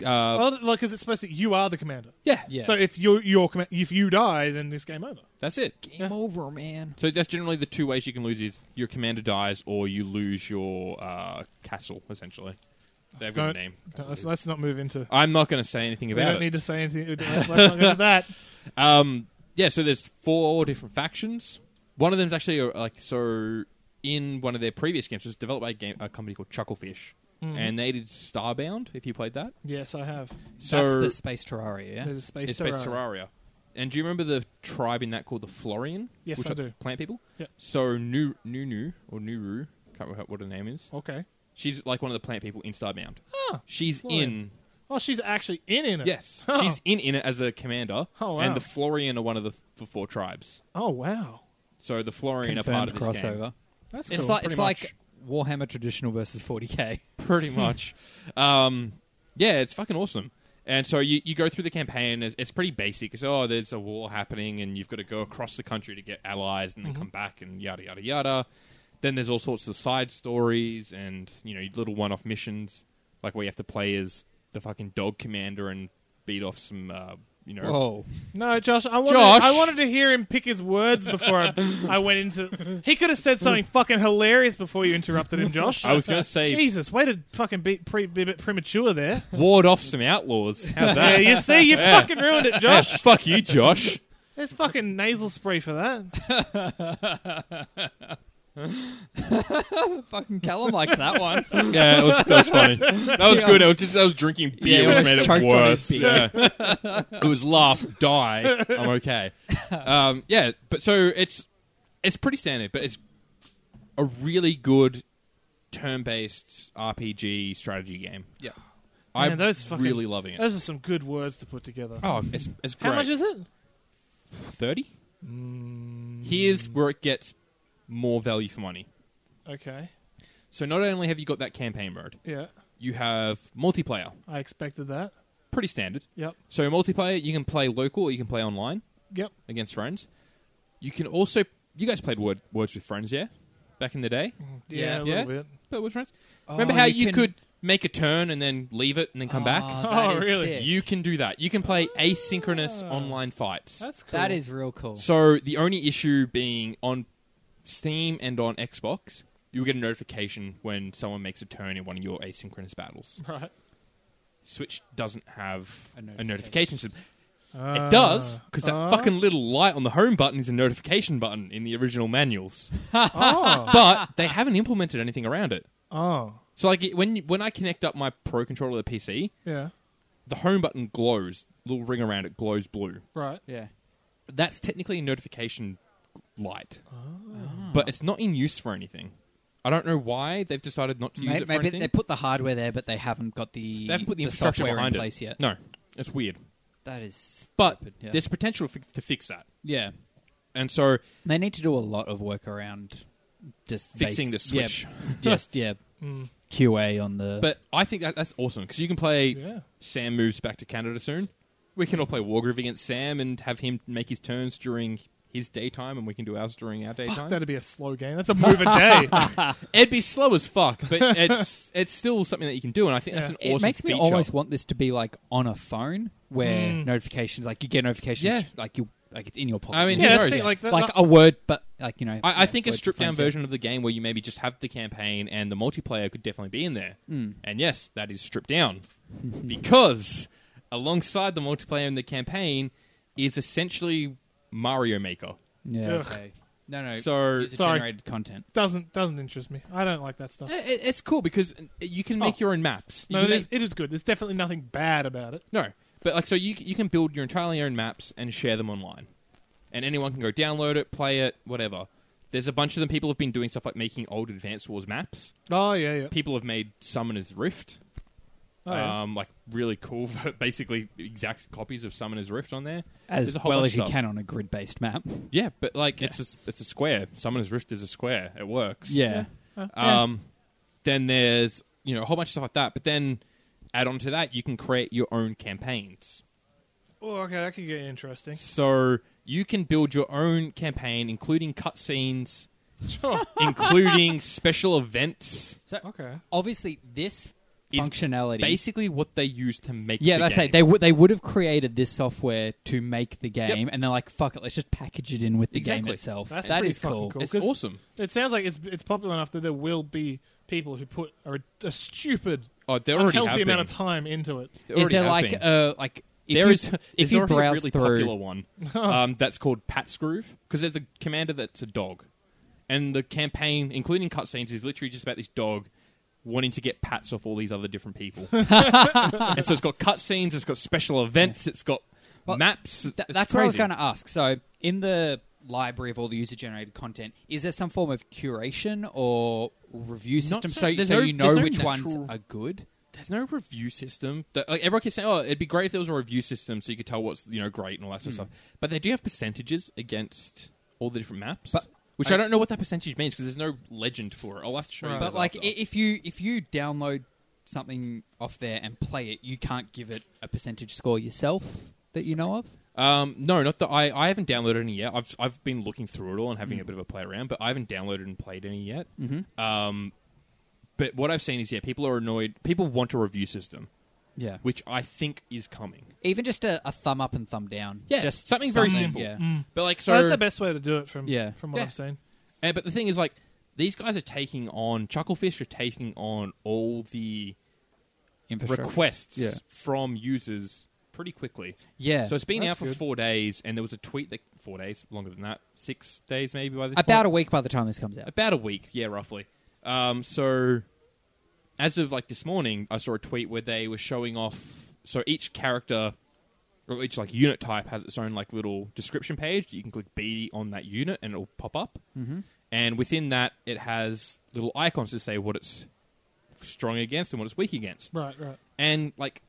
S2: Uh,
S3: Well, like, because it's supposed to you are the commander.
S2: yeah,
S1: Yeah.
S3: So if you your command, if you die, then this game over.
S2: that's it.
S1: Game over, man.
S2: So that's generally the two ways you can lose: is your commander dies, or you lose your uh, castle. Essentially, they've got a
S3: Don't-
S2: name.
S3: Don't- let's, let's not move into.
S2: I'm not going to say anything
S3: We
S2: about
S3: don't
S2: it.
S3: need to say anything. Let's not go to that.
S2: Um, yeah, so there's four different factions. One of them's actually uh, like so in one of their previous games. It was developed by a, game, a company called Chucklefish,
S3: Mm-hmm.
S2: and they did Starbound. If you played that,
S3: Yes, I have.
S2: so
S1: That's the space Terraria. Yeah?
S3: There's a space,
S2: It's based
S3: Terraria.
S2: Terraria. And do you remember the tribe in that called the Florian?
S3: Yes,
S2: which
S3: I
S2: are the
S3: do.
S2: Plant people.
S3: Yep.
S2: So Nu Nunu or Nuru, can't remember what her name is.
S3: Okay.
S2: She's like one of the plant people in Starbound.
S3: Ah,
S2: She's
S3: Florian. Oh, she's actually in in
S2: in.
S3: it.
S2: Yes,
S3: Oh.
S2: she's in in it as a commander.
S3: Oh, wow.
S2: And the Florian are one of the, the four tribes.
S3: Oh wow.
S2: So the Florian are part
S1: confirmed
S2: of this game.
S1: crossover.
S3: That's
S1: It's
S3: cool,
S1: like it's
S3: pretty much.
S1: like Warhammer traditional versus 40k.
S2: pretty much. um, yeah, it's fucking awesome. And so you, you go through the campaign. It's, it's pretty basic. It's oh, there's a war happening, and you've got to go across the country to get allies, and then come back, and yada yada yada. Then there's all sorts of side stories, and you know little one-off missions, like where you have to play as the fucking dog commander and beat off some, uh, you know,
S1: Whoa!
S3: No, Josh, I wanted,
S2: Josh!
S3: I wanted to hear him pick his words before I, I went into. He could have said something fucking hilarious before you interrupted him, Josh.
S2: I was gonna say-
S3: Oh, Jesus, way to fucking be, pre, be a bit premature there.
S2: ward off some outlaws. How's
S3: Yeah,
S2: that?
S3: you see, you fucking ruined it,
S2: Yeah,
S3: Josh.
S2: fuck you, Josh.
S3: There's fucking nasal spray for that.
S1: Fucking Callum likes that one.
S2: Yeah, it was, that was funny. That was
S1: Yeah.
S2: good. I was just I was drinking beer,
S1: Yeah,
S2: which
S1: he was
S2: made it
S1: choked on
S2: worse.
S1: his
S2: Yeah. it was laugh, die. I'm okay. Um, yeah, but so it's it's pretty standard, but it's a really good turn-based RPG strategy game. Yeah, I'm
S3: Man, those fucking-
S2: really loving it.
S3: Those are some good words to put together.
S2: Oh, it's it's great.
S3: How much is it?
S2: Thirty. Here's where it gets more value for money.
S3: Okay.
S2: So not only have you got that campaign mode,
S3: Yeah,
S2: you have multiplayer,
S3: I expected that.
S2: pretty standard.
S3: Yep.
S2: So multiplayer, you can play local or you can play online
S3: Yep.
S2: against friends. You can also you guys played Word, Words with Friends, yeah? Back in the day?
S3: Yeah,
S2: Yeah.
S3: a
S2: Yeah?
S3: little bit.
S2: But with friends?
S1: Oh,
S2: Remember how you, could make a turn and then leave it and then come
S1: Ah,
S2: back?
S3: that Oh, is really? sick.
S2: You can do that. You can play asynchronous online fights.
S3: That's cool.
S1: That is real cool.
S2: So the only issue being on Steam and on Xbox, you'll get a notification when someone makes a turn in one of your asynchronous battles.
S3: right.
S2: Switch doesn't have
S1: A
S2: a notification
S1: notification
S2: system. It does because that fucking little light on the home button is a notification button in the original manuals,
S3: Oh.
S2: but they haven't implemented anything around it.
S3: oh.
S2: So like it- when you- when I connect up my Pro controller to the PC,
S3: Yeah.
S2: the home button glows, little ring around it glows blue.
S3: Right.
S1: yeah.
S2: That's technically a notification light, but it's not in use for anything. I don't know why they've decided not to use
S1: Maybe,
S2: it for anything.
S1: they put the hardware there, but they haven't got the
S2: They haven't put the,
S1: the
S2: infrastructure
S1: software
S2: behind
S1: in
S2: it.
S1: place yet.
S2: No, it's weird.
S1: That is,
S2: But
S1: stupid, yeah.
S2: there's potential fi- to fix that,
S1: yeah,
S2: and so
S1: they need to do a lot of work around just
S2: fixing
S1: base-
S2: the switch.
S1: Yeah, just yeah,
S3: Mm.
S1: QA on the.
S2: But I think that, that's awesome because you can play.
S3: Yeah.
S2: Sam moves back to Canada soon. We can all play Wargroove against Sam and have him make his turns during his daytime, and we can do ours during our daytime.
S3: That'd be a slow game. That's a move a day.
S2: It'd be slow as fuck, but it's it's still something that you can do, and I think that's an
S1: it
S2: awesome
S1: makes me
S2: feature.
S1: almost want this to be like on a phone where notifications, like you get notifications,
S2: Yeah.
S1: like you like it's in your pocket.
S2: I mean,
S1: You
S2: who
S3: yeah,
S1: know,
S2: knows?
S3: that's the thing, like, that,
S1: like a word, but like you know,
S2: I,
S1: yeah,
S2: I think a
S1: word
S2: stripped down
S1: difference, yeah.
S2: version of the game where you maybe just have the campaign and the multiplayer could definitely be in there.
S1: Hmm.
S2: And yes, that is stripped down because alongside the multiplayer and the campaign is essentially Mario Maker.
S1: Yeah.
S3: Ugh.
S1: Okay. No, no.
S2: So-
S1: user
S3: Sorry.
S1: generated content.
S3: doesn't doesn't interest me. I don't like that stuff.
S2: I- I- It's cool because you can make
S3: Oh.
S2: your own maps. You
S3: No,
S2: can
S3: it
S2: make-
S3: is, it is good. There's definitely nothing bad about it.
S2: No, but like so you you can build your entirely own maps and share them online, and anyone can go download it, play it, whatever. There's a bunch of them. People have been doing stuff like making old Advanced Wars maps.
S3: Oh yeah, yeah.
S2: People have made Summoner's Rift,
S3: Oh, yeah.
S2: um, like really cool, basically exact copies of Summoner's Rift on there. There's
S1: As
S2: a whole
S1: well
S2: bunch
S1: as you
S2: of stuff.
S1: can on a grid based map.
S2: Yeah, but like it's a, it's a square. Summoner's Rift is a square. It works.
S1: Yeah.
S2: Um, then there's you know a whole bunch of stuff like that. But then add on to that, you can create your own campaigns.
S3: oh, okay, that could get interesting.
S2: So you can build your own campaign, including cutscenes, including special events.
S1: So
S3: Okay.
S1: obviously this
S2: It's
S1: functionality.
S2: Basically, what they use to make
S1: yeah,
S2: the
S1: that's
S2: game.
S1: it. They would they would have created this software to make the game, and they're like, "Fuck it, let's just package it in with the
S2: Exactly.
S1: game itself."
S3: That's
S1: That
S3: pretty
S1: is
S3: fucking
S1: cool.
S3: cool.
S2: It's
S3: 'Cause-
S2: awesome.
S3: It sounds like it's it's popular enough that there will be people who put a, a stupid,
S2: Oh, they already have
S3: unhealthy
S2: been.
S3: amount of time into it.
S2: They
S1: Is
S2: already
S1: there
S2: have
S1: like
S2: been.
S1: uh like if
S2: There
S1: you,
S2: is-
S1: if
S2: there's
S1: you
S2: already a
S1: browse
S2: really
S1: through
S2: popular one um, that's called Pat's Groove because there's a commander that's a dog, and the campaign, including cutscenes, is literally just about this dog wanting to get pats off all these other different people. and so it's got cutscenes, it's got special events, it's got
S1: Well,
S2: maps. it's-
S1: Th-
S2: it's
S1: that's what I was
S2: crazy.
S1: going to ask. So, in the library of all the user-generated content, is there some form of curation or review system
S2: so-
S1: so, so,
S2: there's no-
S1: you know
S2: there's no
S1: which
S2: natural-
S1: ones are good?
S2: there's no review system. That, like everyone keeps saying, oh, it'd be great if there was a review system Hmm. so you could tell what's you know great and all that sort of stuff. But they do have percentages against all the different maps.
S1: But
S2: Which I, don't know what that percentage means because there's no legend for it. I'll have to show you.
S3: Right.
S2: guys
S1: But like, i
S2: after.
S1: if you if you download something off there and play it, you can't give it a percentage score yourself that you know of.
S2: Um, no, not the I. I haven't downloaded any yet. I've I've been looking through it all and having a bit of a play around, but I haven't downloaded and played any yet. Hmm. Mm-hmm. Um, but what I've seen is yeah, people are annoyed. People want a review system,
S1: Yeah,
S2: which I think is coming.
S1: even just a, a thumb up and thumb down.
S2: Yeah,
S1: just
S2: something very simple. Mm.
S1: Yeah,
S2: But like,
S3: So
S2: so
S3: that's the best way to do it from
S1: Yeah.
S3: from what
S2: Yeah.
S3: I've seen.
S2: And, but the thing is, like, these guys are taking on Chucklefish are taking on all the
S1: infrastructure.
S2: requests
S1: Yeah.
S2: from users pretty quickly.
S1: Yeah,
S2: So it's been
S3: That's
S2: out for
S3: good.
S2: four days, and there was a tweet that four days longer than that, six days maybe by this
S1: about
S2: point.
S1: a week by the time this comes out.
S2: about a week, yeah, roughly. Um, so as of like this morning, I saw a tweet where they were showing off. So each character or each like unit type has its own like little description page. You can click B on that unit, and it'll pop up. Mm-hmm. And within that, it has little icons to say what it's strong against and what it's weak against.
S3: Right, right,
S2: And like,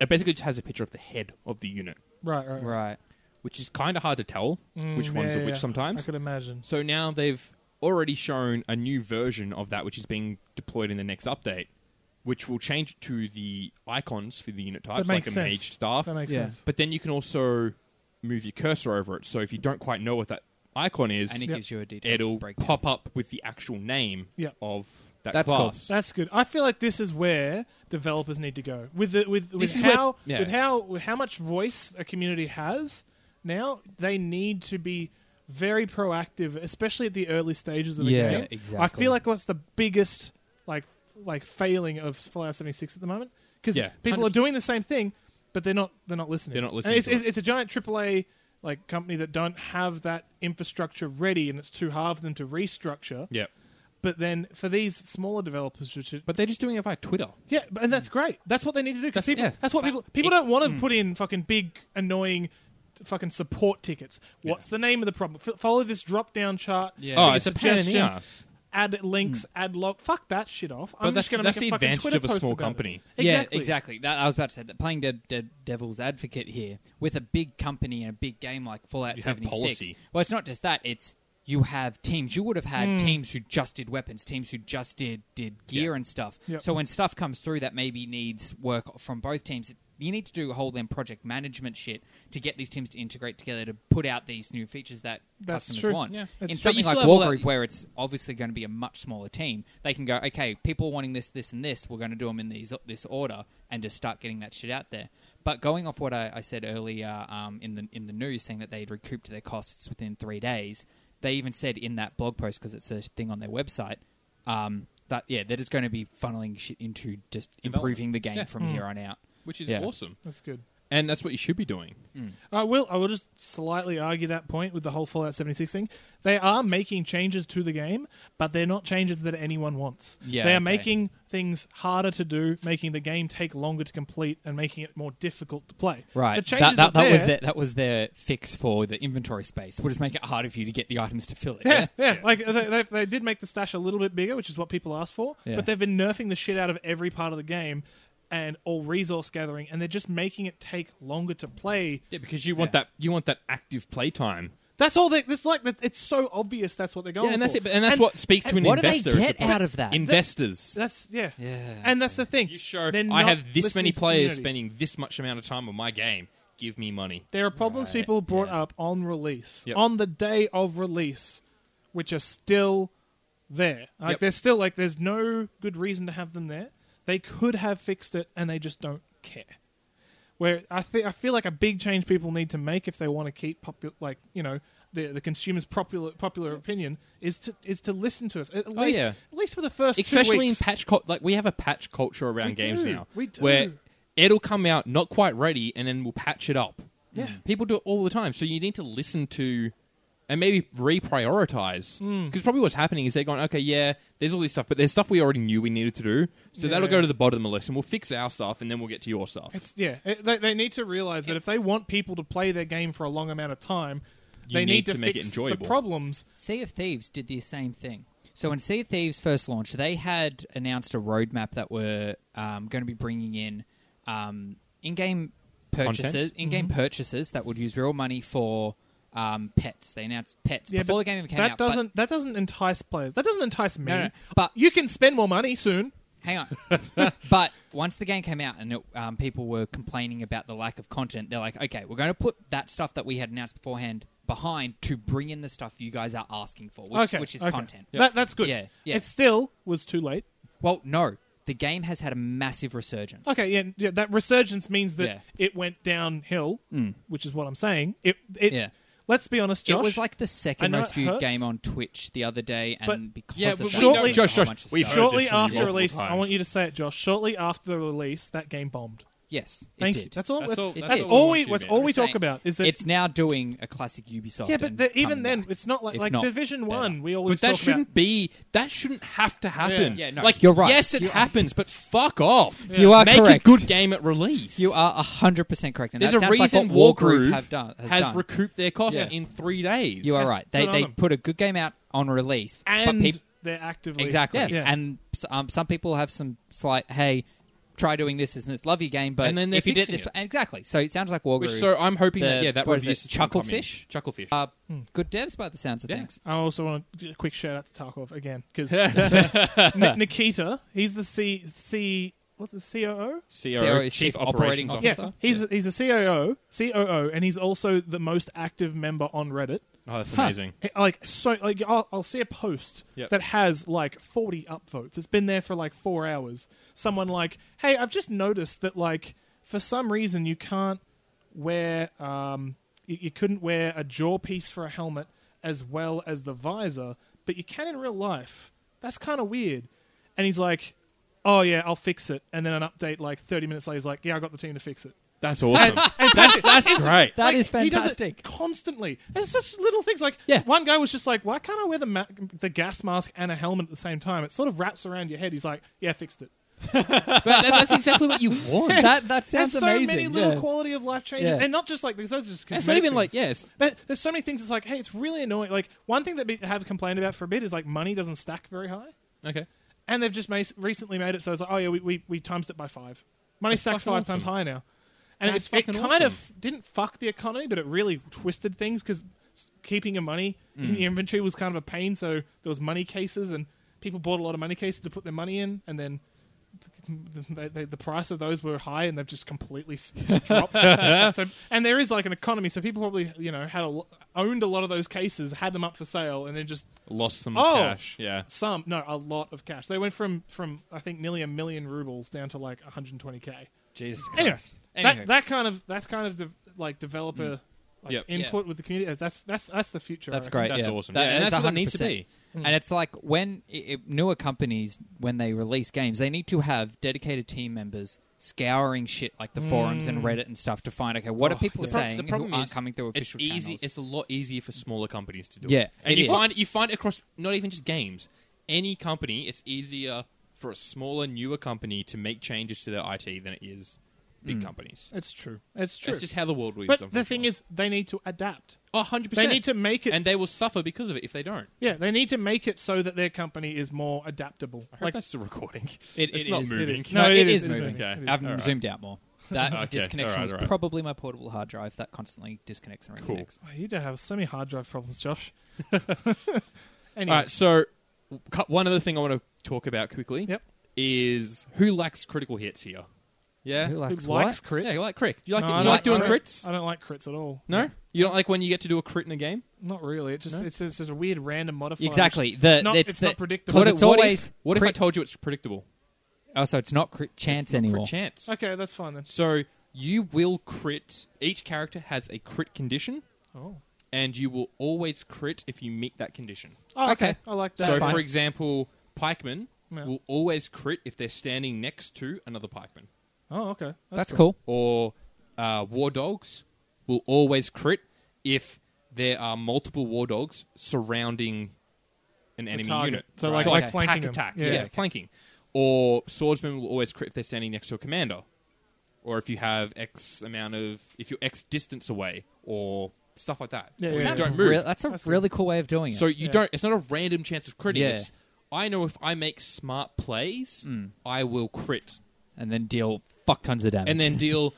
S2: it basically just has a picture of the head of the unit,
S3: right, right.
S1: Right.
S2: which is kind of hard to tell
S3: Mm,
S2: which ones
S3: yeah,
S2: are which
S3: yeah. I
S2: sometimes.
S3: could imagine.
S2: So now they've already shown a new version of that, which is being deployed in the next update, which will change it to the icons for the unit types, like
S3: makes
S2: a
S3: sense.
S2: mage staff.
S3: That makes
S1: Yeah.
S3: sense.
S2: But then you can also move your cursor over it. So if you don't quite know what that icon is,
S1: And it
S3: Yep.
S1: gives you a detailed
S2: it'll
S1: break.
S2: pop up with the actual name
S3: Yep.
S2: of that
S1: That's cool.
S2: class.
S3: That's good. I feel like this is where developers need to go with the with with
S2: This is
S3: how
S2: where- yeah.
S3: with how with how much voice a community has now. They need to be very proactive, especially at the early stages of the
S1: Yeah,
S3: game. I
S1: exactly.
S3: feel like what's the biggest like like failing of Fallout seventy six at the moment because
S2: Yeah,
S3: people are
S2: 100%.
S3: doing the same thing, but they're not they're not listening.
S2: They're not
S3: And
S2: listening to
S3: it's,
S2: it.
S3: it's a giant AAA like company that don't have that infrastructure ready, and it's too hard for them to restructure.
S2: yeah.
S3: But then for these smaller developers, which are,
S2: But they're just doing it via Twitter.
S3: yeah, but, and that's great. That's what they need to do.
S2: That's-
S3: 'cause people,
S2: yeah. Mm.
S3: that's what people people don't want to put in fucking big annoying fucking support tickets. What's the name of the problem? F- follow this drop down chart.
S1: Yeah.
S2: Oh,
S1: Like a
S2: it's a pain in the
S3: suggestion.
S2: ass. Mm.
S3: Add links. Add log. Fuck that shit off.
S2: But
S3: I'm
S2: that's-
S3: just going to
S2: that's
S3: make a
S2: the
S3: fucking
S2: advantage
S3: Twitter
S2: of a
S3: post
S2: small
S3: about it.
S2: company.
S1: Yeah, exactly. That, I was about to say that playing dead, dead devil's advocate here with a big company and a big game like Fallout
S2: You have
S1: 76.
S2: policy.
S1: Well, it's not just that. It's you have teams. You would have had
S3: Hmm.
S1: teams who just did weapons, teams who just did did gear
S2: Yeah.
S1: and stuff.
S3: Yep.
S1: So when stuff comes through that maybe needs work from both teams, you need to do a whole then project management shit to get these teams to integrate together to put out these new features that
S3: That's
S1: customers
S3: true.
S1: want.
S3: Yeah. That's
S1: In
S3: true.
S1: something
S2: But you
S1: like
S2: still have
S1: War
S2: all that-
S1: Group, where it's obviously going to be a much smaller team, they can go, okay, people wanting this, this, and this, we're going to do them in these this order, and just start getting that shit out there. But going off what I, I said earlier um, in the in the news, saying that they'd recouped their costs within three days, they even said in that blog post because it's a thing on their website um, that yeah, they're just going to be funneling shit into just improving the game
S2: Yeah.
S1: from here on out.
S2: Which is
S1: Yeah.
S2: awesome.
S3: That's good.
S2: And that's what you should be doing.
S3: I will. I will just slightly argue that point with the whole Fallout 76 thing. They are making changes to the game, but they're not changes that anyone wants.
S1: Yeah,
S3: they are
S1: okay.
S3: making things harder to do, making the game take longer to complete, and making it more difficult to play. The
S1: Right.
S3: changes
S1: That, that,
S3: are
S1: that was
S3: there.
S1: their, that was their fix for the inventory space. We'll just make it harder for you to get the items to fill it.
S3: Yeah, yeah. Like they, they, they did make the stash a little bit bigger, which is what people ask for.
S1: Yeah.
S3: But they've been nerfing the shit out of every part of the game, and all resource gathering, and they're just making it take longer to play.
S2: Yeah, because you want that you want that active playtime.
S3: That's all. They, it's like it's so obvious. That's what they're going.
S2: Yeah, and that's
S3: for.
S2: it. And that's what speaks to an
S1: what do they
S2: investor.
S1: get out of that?
S2: Investors.
S3: That's yeah.
S1: Yeah.
S3: And that's the thing.
S2: you show
S3: They're
S2: I
S3: not
S2: have this
S3: listening
S2: many
S3: to the
S2: players
S3: community.
S2: spending this much amount of time on my game. Give me money.
S3: There are problems
S1: Right,
S3: people brought
S1: yeah.
S3: up on release,
S2: Yep.
S3: on the day of release, which are still there. Like
S2: Yep.
S3: they're still like there's no good reason to have them there. They could have fixed it, and they just don't care. Where I think I feel like a big change people need to make if they want to keep popular, like you know. The, the consumer's popular popular opinion is to is to listen to us at least
S2: Oh, yeah.
S3: at least for the first two
S2: Especially in
S3: weeks.
S2: patch cul- like we have a patch culture around
S3: We
S2: games
S3: do.
S2: now.
S3: We do.
S2: Where it'll come out not quite ready and then we'll patch it up. Mm.
S3: Yeah.
S2: People do it all the time. So you need to listen to and maybe reprioritize.
S3: Mm.
S2: Because probably what's happening is they're going, okay, yeah, there's all this stuff, but there's stuff we already knew we needed to do. So
S3: Yeah.
S2: that'll go to the bottom of the list and we'll fix our stuff and then we'll get to your stuff.
S3: It's yeah. it- they, they need to realize that if they want people to play their game for a long amount of time,
S2: You
S3: they need,
S2: need
S3: to,
S2: to make
S3: fix
S2: it enjoyable.
S3: the problems.
S1: Sea of Thieves did the same thing. So when Sea of Thieves first launched, they had announced a roadmap that were um, going to be bringing in um, in-game purchases,
S2: Content?
S1: in-game purchases that would use real money for um, pets. They announced pets
S3: Yeah,
S1: before
S3: but
S1: the game even came
S3: that
S1: out. but-
S3: doesn't that doesn't entice players. That doesn't entice me.
S1: No, no, but-
S3: you can spend more money soon.
S1: Hang on. but once the game came out and it, um, people were complaining about the lack of content, they're like, okay, we're going to put that stuff that we had announced beforehand behind to bring in the stuff you guys are asking for, which,
S3: okay,
S1: which is
S3: okay.
S1: content.
S3: That, that's good.
S1: Yeah, yeah.
S3: It still was too late.
S1: Well, no. The game has had a massive resurgence.
S3: Okay, yeah, yeah that resurgence means that
S1: Yeah. Mm.
S3: it went downhill, which is what I'm saying. It, it
S1: Yeah.
S3: Let's be honest, Josh.
S1: it was like the second
S3: I know
S1: most
S3: it
S1: viewed
S3: hurts.
S1: game on Twitch the other day, and
S3: But-
S1: because
S2: Yeah,
S1: of
S2: but
S1: that,
S3: we know-
S1: they did
S2: Josh,
S1: a whole
S2: Josh,
S1: bunch of
S2: we've
S1: stuff.
S2: heard-
S3: shortly
S2: this from you
S3: after
S2: multiple
S3: release. I
S2: times.
S3: want you to say it, Josh. Shortly after the release, that game bombed.
S1: yes, it
S3: Thank
S1: did.
S3: you. That's all.
S2: That's
S3: That's,
S2: all-
S3: that's
S1: that's all
S3: all
S2: we want
S3: we.
S2: you,
S3: That's
S2: man.
S3: all we
S1: Just
S3: talk
S1: saying,
S3: about. Is that
S1: it's now doing a classic Ubisoft.
S3: yeah? But
S1: and
S3: the, even
S1: coming
S3: then,
S1: back.
S3: it's not like
S1: It's
S3: like
S1: not
S3: Division
S1: better.
S3: One. We
S2: But
S3: always
S2: that
S3: talk about.
S2: shouldn't be. That shouldn't have to happen.
S1: Yeah, no,
S2: like
S1: you're right.
S2: Yes, it
S1: You are-
S2: happens, but fuck off.
S1: You are
S2: make
S1: correct.
S2: a good game at release.
S1: You are hundred percent correct. And
S2: There's
S1: that
S2: a
S1: sounds
S2: reason
S1: like what Wargroove
S2: Wargroove
S1: have done, has, done.
S2: recouped their cost
S1: Yeah.
S2: in three days.
S1: You are right. They
S3: Good on
S1: they
S3: them.
S1: put a good game out on release,
S3: and
S1: but peop-
S3: they're actively
S1: exactly.
S2: Yes. Yeah.
S1: And s- um, some people have some slight hey. Try doing this, isn't this love your game? But
S2: And then they're
S1: if you did
S2: fixing
S1: this,
S2: it.
S1: exactly. So it sounds like Wargroove.
S2: Which, so I'm hoping that
S1: The-
S2: yeah, that
S1: what is
S2: review
S1: it,
S2: system will come in.
S1: Chucklefish?
S2: Chucklefish.
S1: uh, good devs by the sounds of
S2: Yeah.
S1: things.
S3: I also want a quick shout out to Tarkov again because Nikita, he's the C C what's the COO?
S2: E
S1: CRO E is Chief Operating
S3: Yeah,
S1: Officer?
S3: he's he's a COO, COO, and he's also the most active member on Reddit.
S2: Oh, that's amazing.
S3: It- Eh, Like so, like I'll, I'll see a post
S2: Yep.
S3: that has like forty upvotes. It's been there for like four hours. Someone like, hey, I've just noticed that like for some reason you can't wear um you, you couldn't wear a jaw piece for a helmet as well as the visor, but you can in real life. That's kind of weird. And he's like, oh yeah, I'll fix it. And then an update like thirty minutes later, he's like, yeah, I got the team to fix it.
S2: That's awesome. that's that's great.
S1: That is
S3: Like, He does
S1: fantastic.
S3: it constantly. There's such little things like
S2: Yeah.
S3: one guy was just like, "Why can't I wear the ma- the gas mask and a helmet at the same time?" It sort of wraps around your head. He's like, "Yeah, fixed it."
S2: But that's, that's exactly what you want.
S1: That that sounds
S3: There's so
S1: amazing.
S3: many little
S1: yeah.
S3: quality of life changes,
S1: Yeah.
S3: and not just like because those are just.
S2: it's not even like
S3: yeah.
S2: yes.
S3: But there's so many things. It's like, hey, it's really annoying. Like one thing that we have complained about for a bit is like money doesn't stack very high,
S2: Okay.
S3: and they've just made, recently made it so it's like, oh yeah, we we, we times it by five. Money
S2: That's
S3: stacks
S2: fucking
S3: five times
S2: awesome.
S3: higher now, and
S2: That's
S3: it, it kind
S2: fucking
S3: of didn't fuck the economy, but it really twisted things because keeping your money in
S2: Mm.
S3: your inventory was kind of a pain. So there was money cases, and people bought a lot of money cases to put their money in, and then. They, they, the price of those were high, and they've just completely s- dropped. so, and there is like an economy, so people probably you know had a, lo- owned a lot of those cases, had them up for sale, and then just
S2: Lost some
S3: Oh.
S2: cash. Yeah.
S3: some no a lot of cash they went from from i think nearly a million rubles down to like 120k
S1: Jesus
S3: anyways
S1: Christ.
S3: that,
S1: Anywho.
S3: that kind of that's kind of de- like developer like
S2: Mm. Yep.
S3: input with the community that's that's that's the future I
S1: That's
S3: reckon.
S1: great.
S2: That's
S1: yeah.
S2: awesome.
S1: That-
S2: Yeah, and that's what it needs to
S1: 100%.
S2: be. Hmm.
S1: And it's like when i i newer companies, when they release games, they need to have dedicated team members scouring shit like the forums and Reddit and stuff to find okay, what
S3: Oh,
S1: are people
S2: Hmm. The prob-
S1: saying
S2: the problem
S1: who aren't
S2: is
S1: coming through
S2: it's
S1: official
S2: easy.
S1: channels?
S2: It's a lot easier for smaller companies to do
S1: Yeah,
S2: it. and
S1: it
S2: you
S1: is.
S2: find you find across not even just games, any company. It's easier for a smaller, newer company to make changes to their IT than it is
S1: Hmm.
S2: big companies.
S3: it's true it's true
S2: That's just how the world works.
S3: but the thing is they need to adapt
S2: hundred
S3: they
S2: percent.
S3: need to make it
S2: and they will suffer because of it if they don't.
S3: yeah they need to make it so that their company is more adaptable
S2: I hope
S3: like
S2: that's still recording.
S1: It-
S2: it's
S1: it
S2: not
S1: is, it
S2: moving.
S3: is.
S1: no,
S3: No, it
S1: it is,
S3: is, it is
S1: moving.
S2: moving. Okay.
S1: I've
S2: All right.
S1: zoomed out more. That
S2: Okay,
S1: disconnection
S2: all right,
S1: was
S2: all right.
S1: probably my portable hard drive that constantly disconnects and
S2: Cool.
S1: reconnects.
S3: oh, you do have so many hard drive problems josh anyway
S2: All right. So cu- one other thing I want to talk about quickly.
S3: Yep.
S2: Is who lacks critical hits here? Yeah.
S1: Who
S3: who
S1: likes,
S3: likes
S1: what?
S3: crits
S2: Yeah, you like crits. You like,
S3: No,
S2: it-
S3: I
S2: you
S3: don't-
S2: like doing
S3: I don't-
S2: crits?
S3: i don't like crits at all
S2: No, you don't like when you get to do a crit in a game.
S3: Not really. It just
S2: No?
S3: it's, it's just a weird random modifier.
S1: Exactly.
S3: It's
S1: The-
S3: not,
S1: it's
S3: it's
S1: the-
S3: not predictable.
S1: Because
S2: What,
S1: it's
S2: if- what
S1: always
S2: if, what if I
S1: crit-
S2: told you it's predictable?
S1: Oh, so it's not crit chance
S2: It's not crit
S1: anymore.
S2: chance.
S3: okay, that's fine then.
S2: So you will crit. Each character has a crit condition,
S3: Oh,
S2: and you will always crit if you meet that condition.
S3: oh okay.
S1: Okay.
S3: I like that.
S1: That's
S2: so,
S1: fine.
S2: for example, pikemen
S3: Yeah.
S2: will always crit if they're standing next to another pikeman,
S3: oh, okay.
S1: That's cool.
S2: or uh, war dogs will always crit if there are multiple war dogs surrounding an enemy
S3: target.
S2: unit.
S3: So,
S1: like- like
S3: flanking
S2: pack
S3: them.
S2: attack,
S3: Yeah.
S2: yeah,
S3: Yeah, okay.
S2: flanking. Or swordsmen will always crit if they're standing next to a commander, or if you have X amount of if you're X distance away, or stuff like that.
S3: Yeah,
S2: Or
S3: yeah,
S2: you
S3: yeah.
S2: don't move.
S1: Real- that's a
S3: That's good.
S1: really cool way of doing it.
S2: So you
S3: Yeah.
S2: don't. It's not a random chance of critting.
S1: Yeah. Hmm.
S2: It's I know if I make smart plays, I will crit
S1: and then deal fuck tons of damage.
S2: and then deal
S1: Is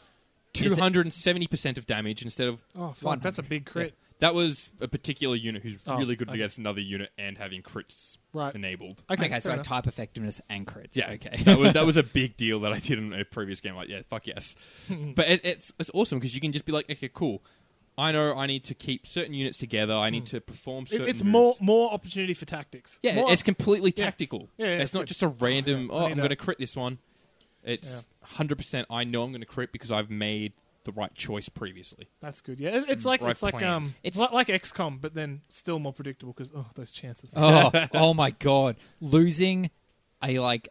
S1: it-
S2: two hundred and seventy percent of damage instead of
S3: Oh, fuck, that's a
S1: 100.
S3: big crit.
S2: That was a particular unit who's
S3: Oh,
S2: really good
S3: okay.
S2: against another unit and having crits
S3: Right.
S2: enabled.
S1: Okay,
S3: fair
S1: so I
S3: enough.
S1: type effectiveness and crits.
S2: Yeah,
S1: Okay.
S2: that, was, that was a big deal that I did in a previous game. Like, yeah, fuck yes. but it, it's it's awesome because you can just be like, okay, cool. I know I need to keep certain units together. I need to perform
S3: Hmm. It-
S2: certain.
S3: it's
S2: moves.
S3: more more opportunity for tactics.
S2: Yeah,
S3: More-
S2: it's completely
S3: Yeah.
S2: tactical.
S3: Yeah, yeah,
S2: it's
S3: it's
S2: not
S3: good.
S2: just a random.
S3: I
S2: Oh,
S3: need
S2: I'm
S3: that.
S2: going to crit this one. It's hundred percent. I know I'm going to crit because I've made the right choice previously.
S3: that's good. Yeah, It- it's like
S2: Right
S3: it's like
S2: planned.
S3: um,
S1: It's-
S3: it's like, like XCOM, but then still more predictable because oh, those chances.
S1: Oh, oh my god. Losing a like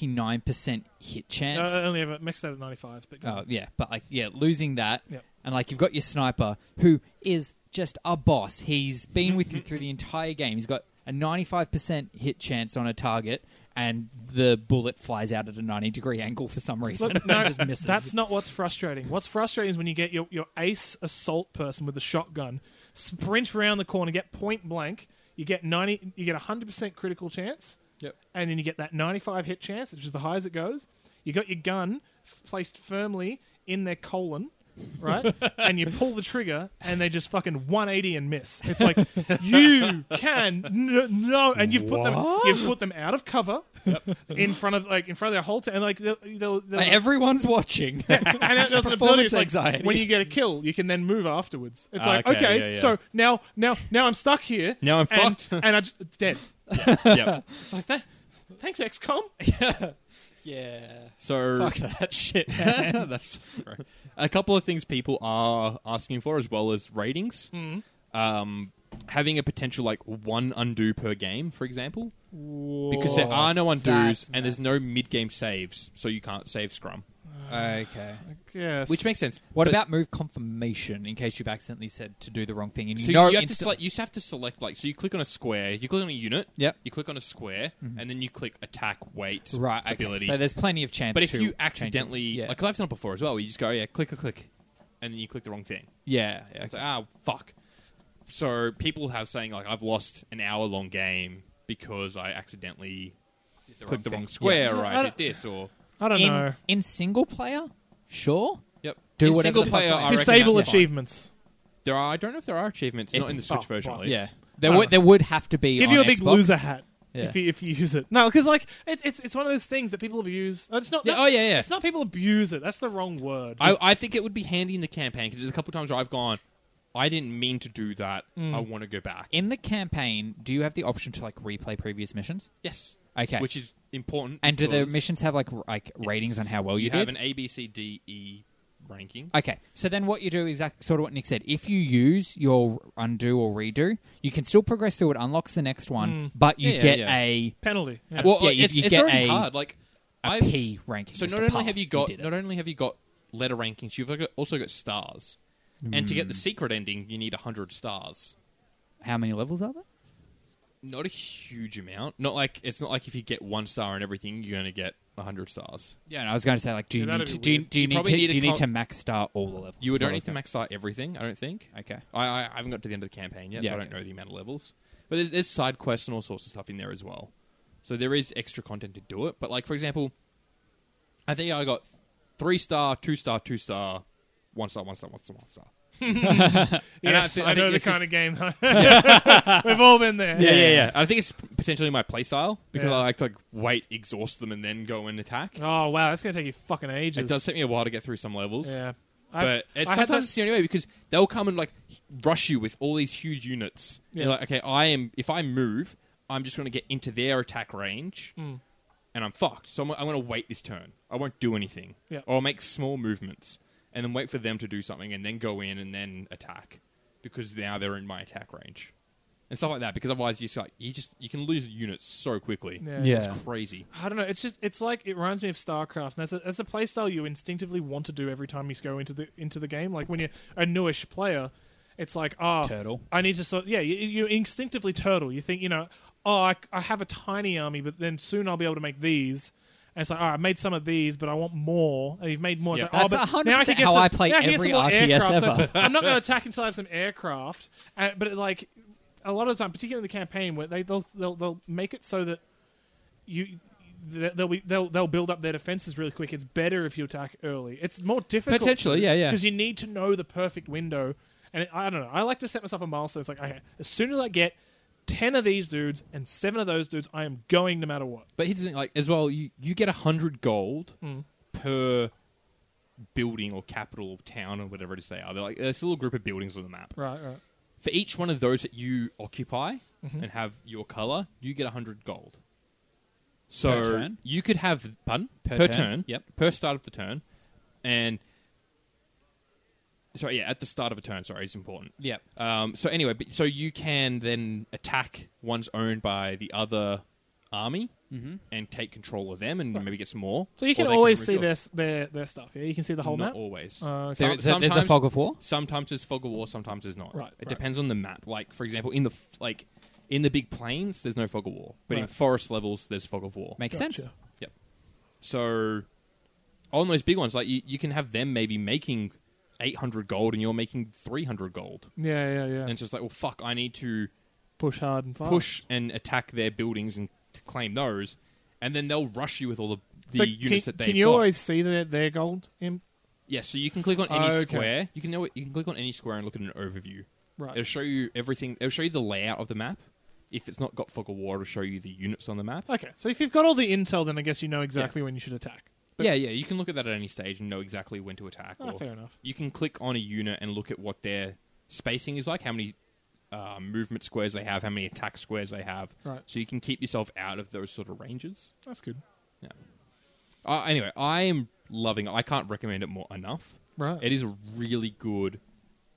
S1: 99% hit
S3: No,
S1: chance.
S3: I only ever maxed out at ninety five, but
S1: oh, yeah, but like yeah, losing that
S3: Yep.
S1: and like you've got your sniper who is just a boss. He's been with you through the entire game. He's got a 95% hit chance on a target and the bullet flies out at a 90 degree angle for some reason.
S3: Look, no,
S1: It just misses.
S3: that's not what's frustrating. What's frustrating is when you get your, your ace assault person with a shotgun sprint around the corner, get point blank, you get ninety, you get hundred percent critical chance,
S2: Yep.
S3: and then you get that ninety-five hit chance, which is the highest it goes. You got your gun f- placed firmly in their colon. Right, and you pull the trigger, and they just fucking 180 and miss. It's like you can no, no and you've put them you've put them out of cover in front of like in front of their whole team, and like they'll, they'll, they'll
S1: Like, everyone's watching.
S3: and that doesn't
S1: Performance
S3: ability. It's like
S1: anxiety.
S3: when you get a kill, you can then move afterwards. It's
S2: Ah,
S3: like
S2: okay,
S3: okay,
S2: yeah, yeah.
S3: so now now now I'm stuck here.
S2: Now I'm
S3: and,
S2: fucked.
S3: and I'm just, dead.
S2: yep.
S3: It's like that. Thanks, XCOM.
S1: yeah.
S2: So
S1: Fuck that shit.
S2: That's right. a couple of things people are asking for as well as ratings. Um, having a potential like one undo per game, for example, because there are no undos
S1: that's
S2: and there's no mid-game saves, so you can't save scrum,
S1: okay.
S3: Yes.
S2: which makes sense.
S1: What
S2: But-
S1: about move confirmation in case you've accidentally said to do the wrong thing and you
S2: So
S1: know
S2: you, have to
S1: insta-
S2: select, you just have to select like so you click on a square, you click on a unit,
S1: Yep.
S2: you click on a square, and then you click attack, weight,
S1: right okay.
S2: ability.
S1: So there's plenty of chance.
S2: but if
S1: to
S2: you
S1: change it.
S2: accidentally,
S1: yeah,
S2: like 'cause I've done it before as well, where you just go yeah, click a click, and then you click the wrong thing.
S1: yeah, yeah,
S2: It's like ah fuck. So people have saying like I've lost an hour long game because I accidentally clicked the
S1: thing.
S2: wrong square or
S3: I
S2: I did
S3: don't-
S2: this or
S3: I don't
S1: in,
S3: know.
S1: in single player, sure.
S2: yep.
S1: Do
S2: In
S1: whatever
S2: single
S1: the fuck
S2: player.
S1: they-
S2: I reckon
S3: Disable
S2: that's fine.
S3: achievements.
S2: There are I don't know if there are achievements
S1: If-
S2: not in the Switch
S3: oh,
S2: version
S3: well,
S2: at least.
S1: Yeah, there
S3: I
S1: would
S3: don't
S1: there would have to be
S3: Give
S1: on
S3: you a big
S1: Xbox.
S3: loser hat
S1: Yeah.
S3: if you if you use it. No, because like it's it's it's one of those things that people abuse. It's not.
S2: Yeah,
S3: not-
S2: oh yeah yeah.
S3: It's not people abuse it. That's the wrong word.
S2: I, I think it would be handy in the campaign because there's a couple times where I've gone, I didn't mean to do that. I want to go back.
S1: Mm. In the campaign, do you have the option to like replay previous missions?
S2: yes.
S1: Okay.
S2: Which is important.
S1: and do the
S2: because
S1: missions have like r- like ratings on how well you,
S2: you have
S1: did?
S2: an A B C D E ranking.
S1: Okay, so then what you do is exactly sort of what Nick said. If you use your undo or redo, you can still progress through it, unlocks the next one, but you
S2: Yeah, yeah,
S1: get
S2: yeah.
S1: a
S3: penalty. Yeah.
S2: well,
S1: yeah,
S2: like,
S1: you-
S2: it's,
S1: you
S2: it's
S1: get
S2: already
S1: a-
S2: hard. Like
S1: a
S2: I've-
S1: P ranking.
S2: So
S1: just
S2: not
S1: to
S2: only
S1: pass.
S2: have you got
S1: did it.
S2: not only have you got letter rankings, you've got- also got stars. And to get
S1: Hmm.
S2: the secret ending, you need hundred stars.
S1: how many levels are there?
S2: Not a huge amount. Not like it's not like if you get one star and everything, you're going to get hundred stars.
S1: Yeah, no, I was going to say like, do you
S3: Yeah,
S1: need to,
S3: that'd be
S1: do you,
S3: weird.
S1: do you
S2: You
S1: need to
S2: probably need
S1: do you
S2: a
S1: need
S2: col-
S1: to max star all the levels?
S2: You don't
S1: What
S2: need to
S1: was
S2: max star everything. I don't think.
S1: that? Okay,
S2: I, I I haven't got to the end of the campaign yet,
S1: Yeah,
S2: so I don't
S1: okay.
S2: know the amount of levels. But there's, there's side quests and all sorts of stuff in there as well. So there is extra content to do it. But like for example, I think I got three star, two star, two star, one star, one star, one star, one star. And
S3: Yes,
S2: thi-
S3: I,
S2: think
S3: know the
S2: it's
S3: kind
S2: just-
S3: of game. We've all been there.
S2: Yeah, yeah, yeah. I think it's potentially my play style because
S3: Yeah.
S2: I like to like wait, exhaust them, and then go and attack.
S3: Oh wow, that's gonna take you fucking ages.
S2: It does take me a while to get through some levels.
S3: Yeah,
S2: But it's
S3: I had
S2: sometimes it's the only way because they'll come and like rush you with all these huge units. You're
S3: Yeah.
S2: like, okay, I am. If I move, I'm just going to get into their attack range, and I'm fucked. So I'm, I'm going to wait this turn. I won't do anything,
S3: Yeah.
S2: or I'll make small movements and then wait for them to do something, and then go in and then attack because now they're in my attack range and stuff like that. Because otherwise, you just like you just you can lose units so quickly.
S3: Yeah.
S1: Yeah.
S2: It's crazy.
S3: I don't know. It's just it's like it reminds me of StarCraft. And that's a that's a playstyle you instinctively want to do every time you go into the into the game. Like when you're a newish player, it's like oh,
S1: Turtle.
S3: I need to sort. Yeah, you, you instinctively turtle. You think you know. Oh, I, I have a tiny army, but then soon I'll be able to make these. And it's like, all right, I made some of these, but I want more. And you've made more. It's
S2: Yeah.
S3: like, oh,
S1: That's
S3: but
S1: 100%
S3: now I can get
S1: how
S3: some-
S1: I play
S3: now can get
S1: every
S3: some more
S1: RTS
S3: aircraft,
S1: ever.
S3: So I'm not going to attack until I have some aircraft. Uh, but it, like a lot of the time, particularly in the campaign, where they they'll they'll, they'll make it so that you th- they'll be they'll they'll build up their defenses really quick. It's better if you attack early. It's more difficult
S2: Potentially, yeah, yeah.
S3: because you need to know the perfect window. And I don't know. I like to set myself a milestone. It's like, okay, as soon as I get ten of these dudes and seven of those dudes, I am going no matter what.
S2: But here's the thing, like as well, you you get hundred gold
S3: Hmm.
S2: per building or capital or town or whatever it is they are. They're like there's a little group of buildings on the map.
S3: Right, right. Mm-hmm.
S2: For each one of those that you occupy and have your color, you get hundred gold. So
S1: Per turn?
S2: you could have pardon
S1: Per
S2: per
S1: turn,
S2: turn.
S1: yep.
S2: Per start of the turn, and sorry, yeah, at the start of a turn. Sorry, is important.
S1: Yep.
S2: Um, so anyway, but, so you can then attack ones owned by the other army and take control of them and maybe get some more.
S3: Mm-hmm. So you can
S2: Or they
S3: always
S2: remove
S3: see
S2: yours.
S3: their, s- their their stuff. Yeah, you can see the whole
S2: Not
S3: map.
S2: always.
S3: Uh,
S1: There-
S2: Some-
S1: there- there's a
S2: sometimes-
S1: fog of war.
S2: Sometimes there's fog of war. Sometimes there's not.
S3: Right,
S2: It
S3: right.
S2: depends on the map. Like for example, in the f- like in the big plains, there's no fog of war, but in
S3: Right.
S2: forest levels, there's fog of war.
S1: Makes sense.
S3: Gotcha.
S2: Yep. So on those big ones, like you, you can have them maybe making 800 gold and you're making 300 gold.
S3: Yeah, yeah, yeah.
S2: And it's just like, well, fuck, I need to
S3: push hard and fast.
S2: push and attack their buildings and t- claim those. And then they'll rush you with all the, the
S3: So
S2: units
S3: can,
S2: that they've
S3: Can you
S2: got.
S3: always see their their gold? In,
S2: yeah, so you can click on any
S3: Okay.
S2: square. You can know it- you can click on any square and look at an overview.
S3: right.
S2: It'll show you everything. It'll show you the layout of the map. If it's not got fog of war, it'll show you the units on the map.
S3: Okay, so if you've got all the intel, then I guess you know exactly when you should attack.
S2: yeah, yeah, you can look at that at any stage and know exactly when to attack.
S3: Ah,
S2: or
S3: fair enough.
S2: you can click on a unit and look at what their spacing is like, how many uh, movement squares they have, how many attack squares they have.
S3: Right.
S2: So you can keep yourself out of those sort of ranges.
S3: That's good.
S2: Uh, anyway, I am loving it. I can't recommend it more enough.
S3: Right.
S2: It is a really good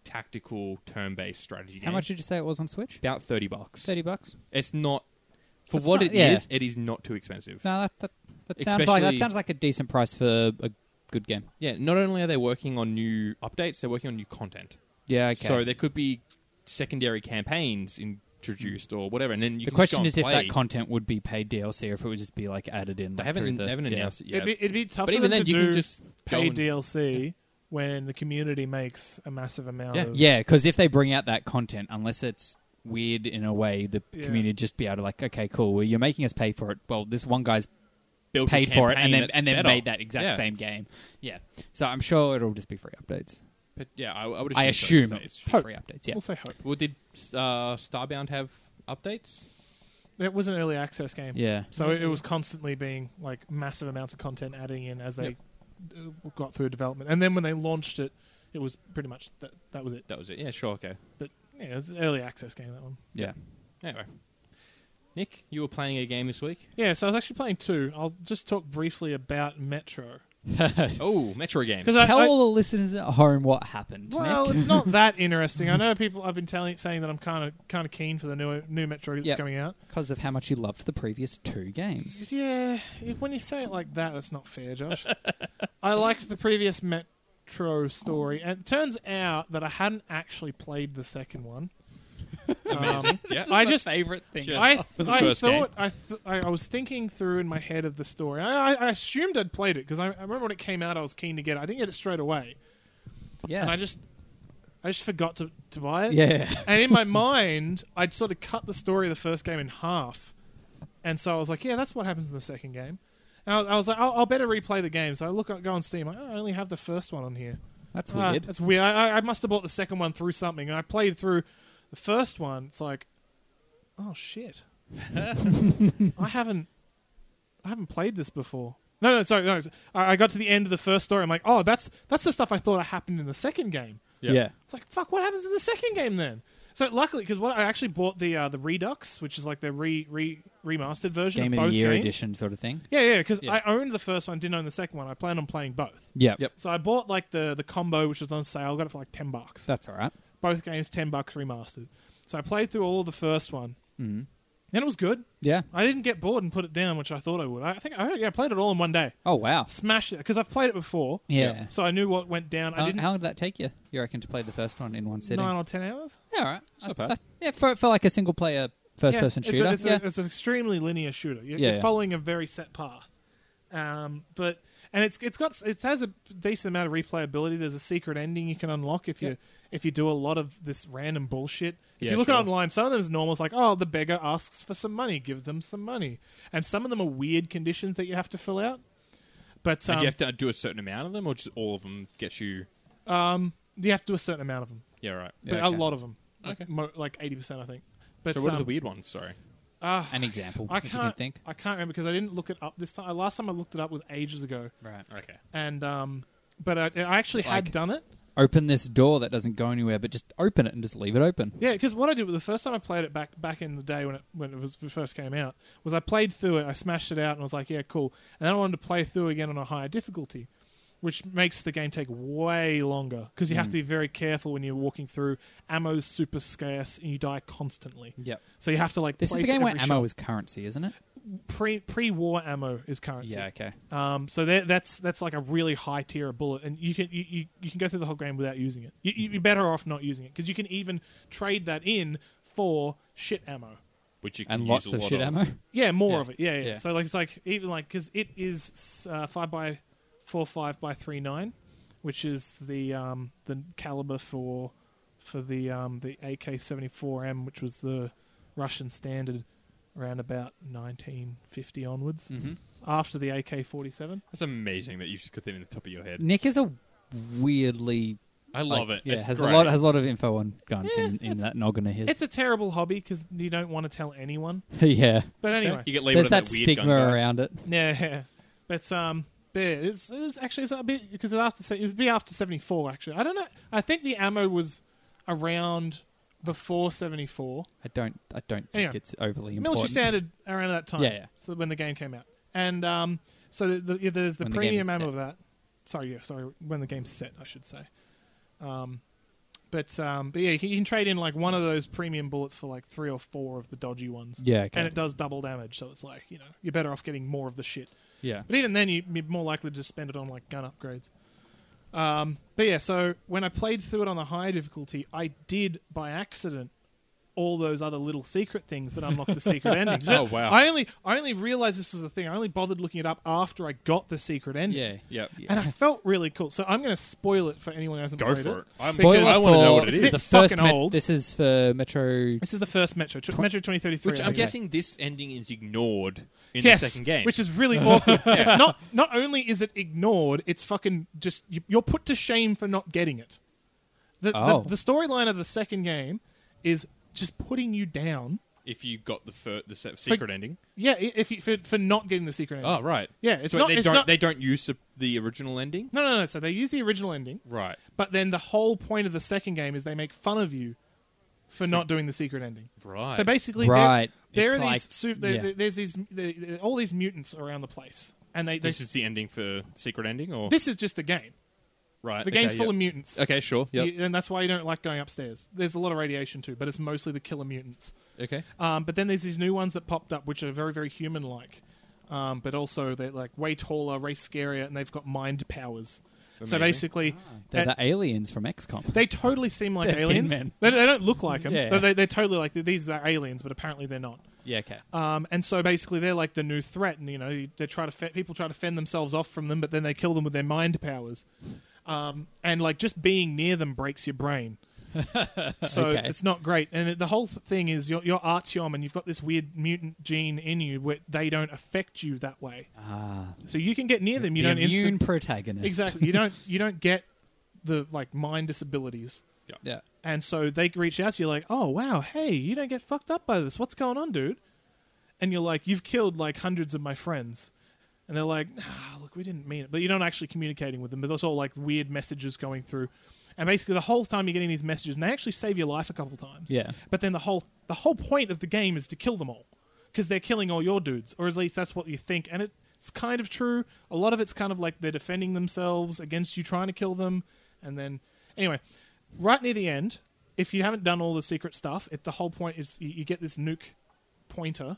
S2: tactical turn based strategy game.
S1: How much did you say it was on Switch?
S2: About 30 bucks.
S1: Thirty bucks.
S2: It's not, for
S1: That's
S2: what
S1: not-
S2: it is.
S1: yeah.
S2: it is not too expensive.
S1: No, that that, that sounds like that
S2: Especially-
S1: sounds like a decent price for a good game.
S2: Yeah, not only are they working on new updates, they're working on new content.
S1: Yeah. Okay.
S2: So there could be secondary campaigns introduced or whatever, and then you
S1: the
S2: can just
S1: question
S2: go
S1: is
S2: and
S1: if
S2: play.
S1: that content would be paid DLC or if it would just be like added in.
S2: they
S1: like,
S2: haven't
S1: through the,
S2: they haven't
S1: yeah.
S2: announced it yet.
S3: It'd, be, it'd be tough
S2: but
S3: for
S2: even
S3: them
S2: then,
S3: to
S2: you
S3: do
S2: can just go
S3: pay
S2: and,
S3: DLC when the community makes a massive amount
S2: Yeah.
S3: of.
S1: Yeah, because if they bring out that content, unless it's weird in a way, the
S3: Yeah.
S1: community would just be able to like, okay, cool. Well, you're making us pay for it. Well, this one guy's
S2: build a
S1: paid for it and
S2: campaign
S1: then
S2: that's
S1: and then
S2: better.
S1: made that exact
S2: Yeah.
S1: same game. Yeah. So I'm sure it'll just be free updates.
S2: But yeah, I, I would. Assume
S1: I
S2: so
S1: assume
S2: these
S1: it'll
S2: days.
S1: just be free updates. Yeah.
S3: We'll say hope.
S2: Well, did uh, Starbound have updates?
S3: It was an early access game.
S1: Yeah.
S3: So it, it was constantly being like massive amounts of content adding in as they uh got through development, and then when they launched it, it was pretty much that. That was it.
S2: That was it. Yeah, sure, okay.
S3: But yeah, it was an early access game that one.
S1: Yeah.
S2: Anyway, Nick, you were playing a game this week.
S3: Yeah, so I was actually playing two. I'll just talk briefly about Metro.
S2: Oh, Metro game.
S3: Because I,
S1: Tell
S3: I-
S1: all the listeners at home what happened.
S3: well, it's not that interesting. I know people. I've been telling, saying that I'm kind of kind of keen for the new new Metro that's
S1: Yep.
S3: coming out.
S1: because of how much you loved the previous two games.
S3: Yeah, if- when you say it like that, that's not fair, Josh. I liked the previous Metro story, and it turns out that I hadn't actually played the second one. Um,
S2: yeah.
S3: I just
S1: favorite thing.
S2: Just-
S3: I,
S2: for the
S3: I
S2: first game.
S3: thought I, th- I I was thinking through in my head of the story. I, I, I assumed I'd played it because I, I remember when it came out, I was keen to get it. I didn't get it straight away, and
S1: Yeah.
S3: I just I just forgot to, to buy it.
S1: yeah.
S3: And in my mind, I'd sort of cut the story of the first game in half, and so I was like, yeah, that's what happens in the second game. And I, I was like, I'll, I'll better replay the game. So I look go on Steam. Like, oh, I only have the first one on here.
S1: That's
S3: Ah,
S1: weird.
S3: That's weird. I, I- I must have bought the second one through something. And I played through the first one. It's like, oh shit, I haven't, I haven't played this before. No, no, sorry, no. it's- I I got to the end of the first story. I'm like, oh, that's that's the stuff I thought happened in the second game.
S2: Yeah.
S1: yeah.
S3: It's like, fuck, what happens in the second game then? So luckily, because what I actually bought the uh, the Redux, which is like the re, re remastered version
S1: Game
S3: of
S1: of
S3: both
S1: the Year
S3: games.
S1: edition sort of thing.
S3: Yeah, yeah, because
S2: Yeah.
S3: I owned the first one, didn't own the second one. I plan on playing both.
S1: Yeah.
S2: Yep.
S3: So I bought like the the combo which was on sale. Got it for like ten bucks.
S1: That's all right.
S3: Both games ten bucks remastered. So I played through all of the first one,
S1: Mhm.
S3: and it was good.
S1: Yeah.
S3: I didn't get bored and put it down, which I thought I would. I I think I, yeah, I played it all in one day.
S1: Oh wow.
S3: Smashed it because I've played it before.
S1: Yeah. Uh,
S3: So I knew what went down. I
S1: How,
S3: didn't
S1: how long did that take you? You reckon to play the first one in one sitting?
S3: nine or ten hours.
S1: Yeah, all right.
S2: not
S1: I-
S2: bad.
S1: that- yeah, for, for like a single player first
S3: Yeah,
S1: person
S3: it's a-
S1: shooter.
S3: It's, a-
S1: yeah.
S3: it's an extremely linear shooter. You're,
S1: Yeah,
S3: you're
S1: yeah.
S3: following a very set path. Um, but and it's it's got it has a decent amount of replayability. There's a secret ending you can unlock if you if you do a lot of this random bullshit. If
S2: Yeah,
S3: you look
S2: sure.
S3: at online, some of them is normal. It's like oh, the beggar asks for some money, give them some money, and some of them are weird conditions that you have to fill out. But
S2: And
S3: um,
S2: do you have to do a certain amount of them, or just all of them get you?
S3: you have to do a certain amount of them.
S2: Yeah, right.
S1: Yeah,
S3: But
S1: okay.
S3: a lot of them. Like,
S2: Okay.
S3: mo- like 80%, I think. But,
S2: so what are
S3: um,
S2: the weird ones? Sorry.
S3: ah,
S1: An example,
S3: I
S1: if you can
S3: can't
S1: think.
S3: I can't remember because I didn't look it up this time. Last time I looked it up was ages ago,
S1: Right.
S2: Okay.
S3: and um, but I, I actually had
S1: Like-
S3: done it.
S1: Open this door that doesn't go anywhere, but just open it and just leave it open.
S3: Yeah, because what I did was the first time I played it back back in the day when it when it was when it first came out was I played through it, I smashed it out, and I was like, yeah, cool. And then I wanted to play through again on a higher difficulty, which makes the game take way longer because you
S1: Hmm.
S3: have to be very careful when you're walking through. Ammo's super scarce, and you die constantly.
S1: Yep.
S3: So you have to like
S1: This is
S3: place
S1: the game where
S3: every
S1: ammo
S3: shot-
S1: is currency, isn't it?
S3: pre pre war ammo is currency.
S1: Yeah. Okay.
S3: Um, so that, that's that's like a really high tier of bullet, and you can you, you, you can go through the whole game without using it. You, you- you're better off not using it because you can even trade that in for shit ammo.
S2: Which you can
S1: And
S2: use
S1: lots
S2: a
S1: of
S2: lot
S1: shit ammo.
S3: Yeah, more
S1: Yeah.
S3: of it. Yeah, yeah.
S1: Yeah.
S3: So like it's like even like because it is uh, five by four five by three nine, which is the um, the caliber for for the um, the AK seventy four M, which was the Russian standard around about nineteen fifty onwards
S1: Mm-hmm.
S3: after the AK forty seven.
S2: That's amazing that you just got that in the top of your head.
S1: Nick is a weirdly
S2: I love
S1: like,
S2: it.
S1: Yeah,
S2: it's
S1: has
S2: great.
S1: a lot has a lot of info on guns
S3: Yeah,
S1: in, in that noggin of his.
S3: It's a terrible hobby because you don't want to tell anyone.
S1: yeah,
S3: But anyway,
S2: You get labeled
S1: there's
S2: as
S1: that,
S2: weird
S1: stigma
S2: gun guy.
S1: around it.
S3: yeah. But um, but yeah, it's, it's actually it's a bit because it after se- it would be after seventy four. Actually, I don't know. I think the ammo was around before seventy four.
S1: I don't I don't think
S3: Anyway.
S1: it's overly
S3: Military
S1: important.
S3: standard around that time.
S1: Yeah, yeah.
S3: So when the game came out, and um, so the, the, there's the
S1: When the game
S3: premium
S1: is
S3: ammo
S1: set.
S3: of that. Sorry, yeah, sorry. When the game's set, I should say. Um, but um, but yeah, you can, you can trade in like one of those premium bullets for like three or four of the dodgy ones.
S1: Yeah, okay.
S3: and it does double damage. So it's like you know you're better off getting more of the shit.
S1: yeah.
S3: But even then, you- you're more likely to just spend it on like gun upgrades. Um, but yeah, so when I played through it on the higher difficulty, I did by accident all those other little secret things that unlock the secret ending.
S2: Oh, wow.
S3: I only I only realized this was the thing. I only bothered looking it up after I got the secret ending.
S1: Yeah.
S2: Yep.
S3: And I felt really cool. So I'm going to spoil it for anyone who hasn't
S2: Go
S3: played
S2: for it. I'm,
S1: Spoiler
S2: I want to know
S1: for-
S2: what it
S3: It's a
S2: is.
S3: bit
S1: The first
S3: fucking old.
S1: This is for Metro.
S3: This is the first Metro, tw-
S1: Twen-
S3: Metro 2033.
S2: Which
S3: I
S2: I'm
S3: think.
S2: guessing this ending is ignored in
S3: yes,
S2: the second game.
S3: which is really awkward. It's not not only is it ignored, it's fucking just you- you're put to shame for not getting it. The
S1: Oh.
S3: the, the storyline of the second game is just putting you down.
S2: if you got the fir- the se- secret ending.
S3: Yeah, i- if you, for, for not getting the secret ending.
S2: Oh right.
S3: Yeah, it's
S2: so
S3: not-
S2: They
S3: it's
S2: don't.
S3: not-
S2: They don't use the, the original ending.
S3: No, no, no. So they use the original ending,
S2: Right.
S3: but then the whole point of the second game is they make fun of you for not doing the secret ending.
S2: Right.
S3: So basically,
S1: Right.
S3: there, there
S1: It's
S3: are
S1: like-
S3: these su- there,
S1: yeah.
S3: there's these there, there- all these mutants around the place, and they, they
S2: this is the ending for secret ending, or
S3: this is just the game.
S2: right?
S3: The game's
S2: okay,
S3: full
S2: yep.
S3: of mutants.
S2: Okay, sure. Yep.
S3: You- and that's why you don't like going upstairs. There's a lot of radiation too, but it's mostly the killer mutants.
S2: Okay.
S3: Um, but then there's these new ones that popped up, which are very, very human-like, um, but also they're like way taller, way scarier, and they've got mind powers. So
S2: Amazing.
S3: basically,
S1: Ah. They're
S3: uh,
S1: the aliens from XCOM.
S3: they totally seem like
S1: They're thin
S3: aliens. They,
S1: men.
S3: they don't look like them.
S1: Yeah.
S3: But they, they're totally like these are aliens, but apparently they're not.
S1: yeah. Okay.
S3: Um, and so basically, they're like the new threat, and you know, they try to fe- people try to fend themselves off from them, but then they kill them with their mind powers. Um, and like just being near them breaks your brain, so
S1: Okay.
S3: it's not great. And it, the whole th- thing is you're, you're Artyom, and you've got this weird mutant gene in you where they don't affect you that way.
S1: Ah.
S3: So you can get near them, you
S1: the
S3: don't
S1: immune
S3: instant-
S1: protagonist.
S3: exactly you don't you don't get the like mind disabilities.
S1: Yeah.
S3: And so they reach out to you like, "Oh wow, hey, you don't get fucked up by this. What's going on, dude?" And you're like, "You've killed like hundreds of my friends." And they're like, "Nah, look, we didn't mean it." But you're not actually communicating with them. But there's all like weird messages going through. And basically, the whole time you're getting these messages, and they actually save your life a couple times.
S1: Yeah.
S3: But then the whole the whole point of the game is to kill them all because they're killing all your dudes, or at least that's what you think. And it's kind of true. A lot of it's kind of like they're defending themselves against you trying to kill them, and then anyway, right near the end, if you haven't done all the secret stuff, it, the whole point is you, you get this nuke pointer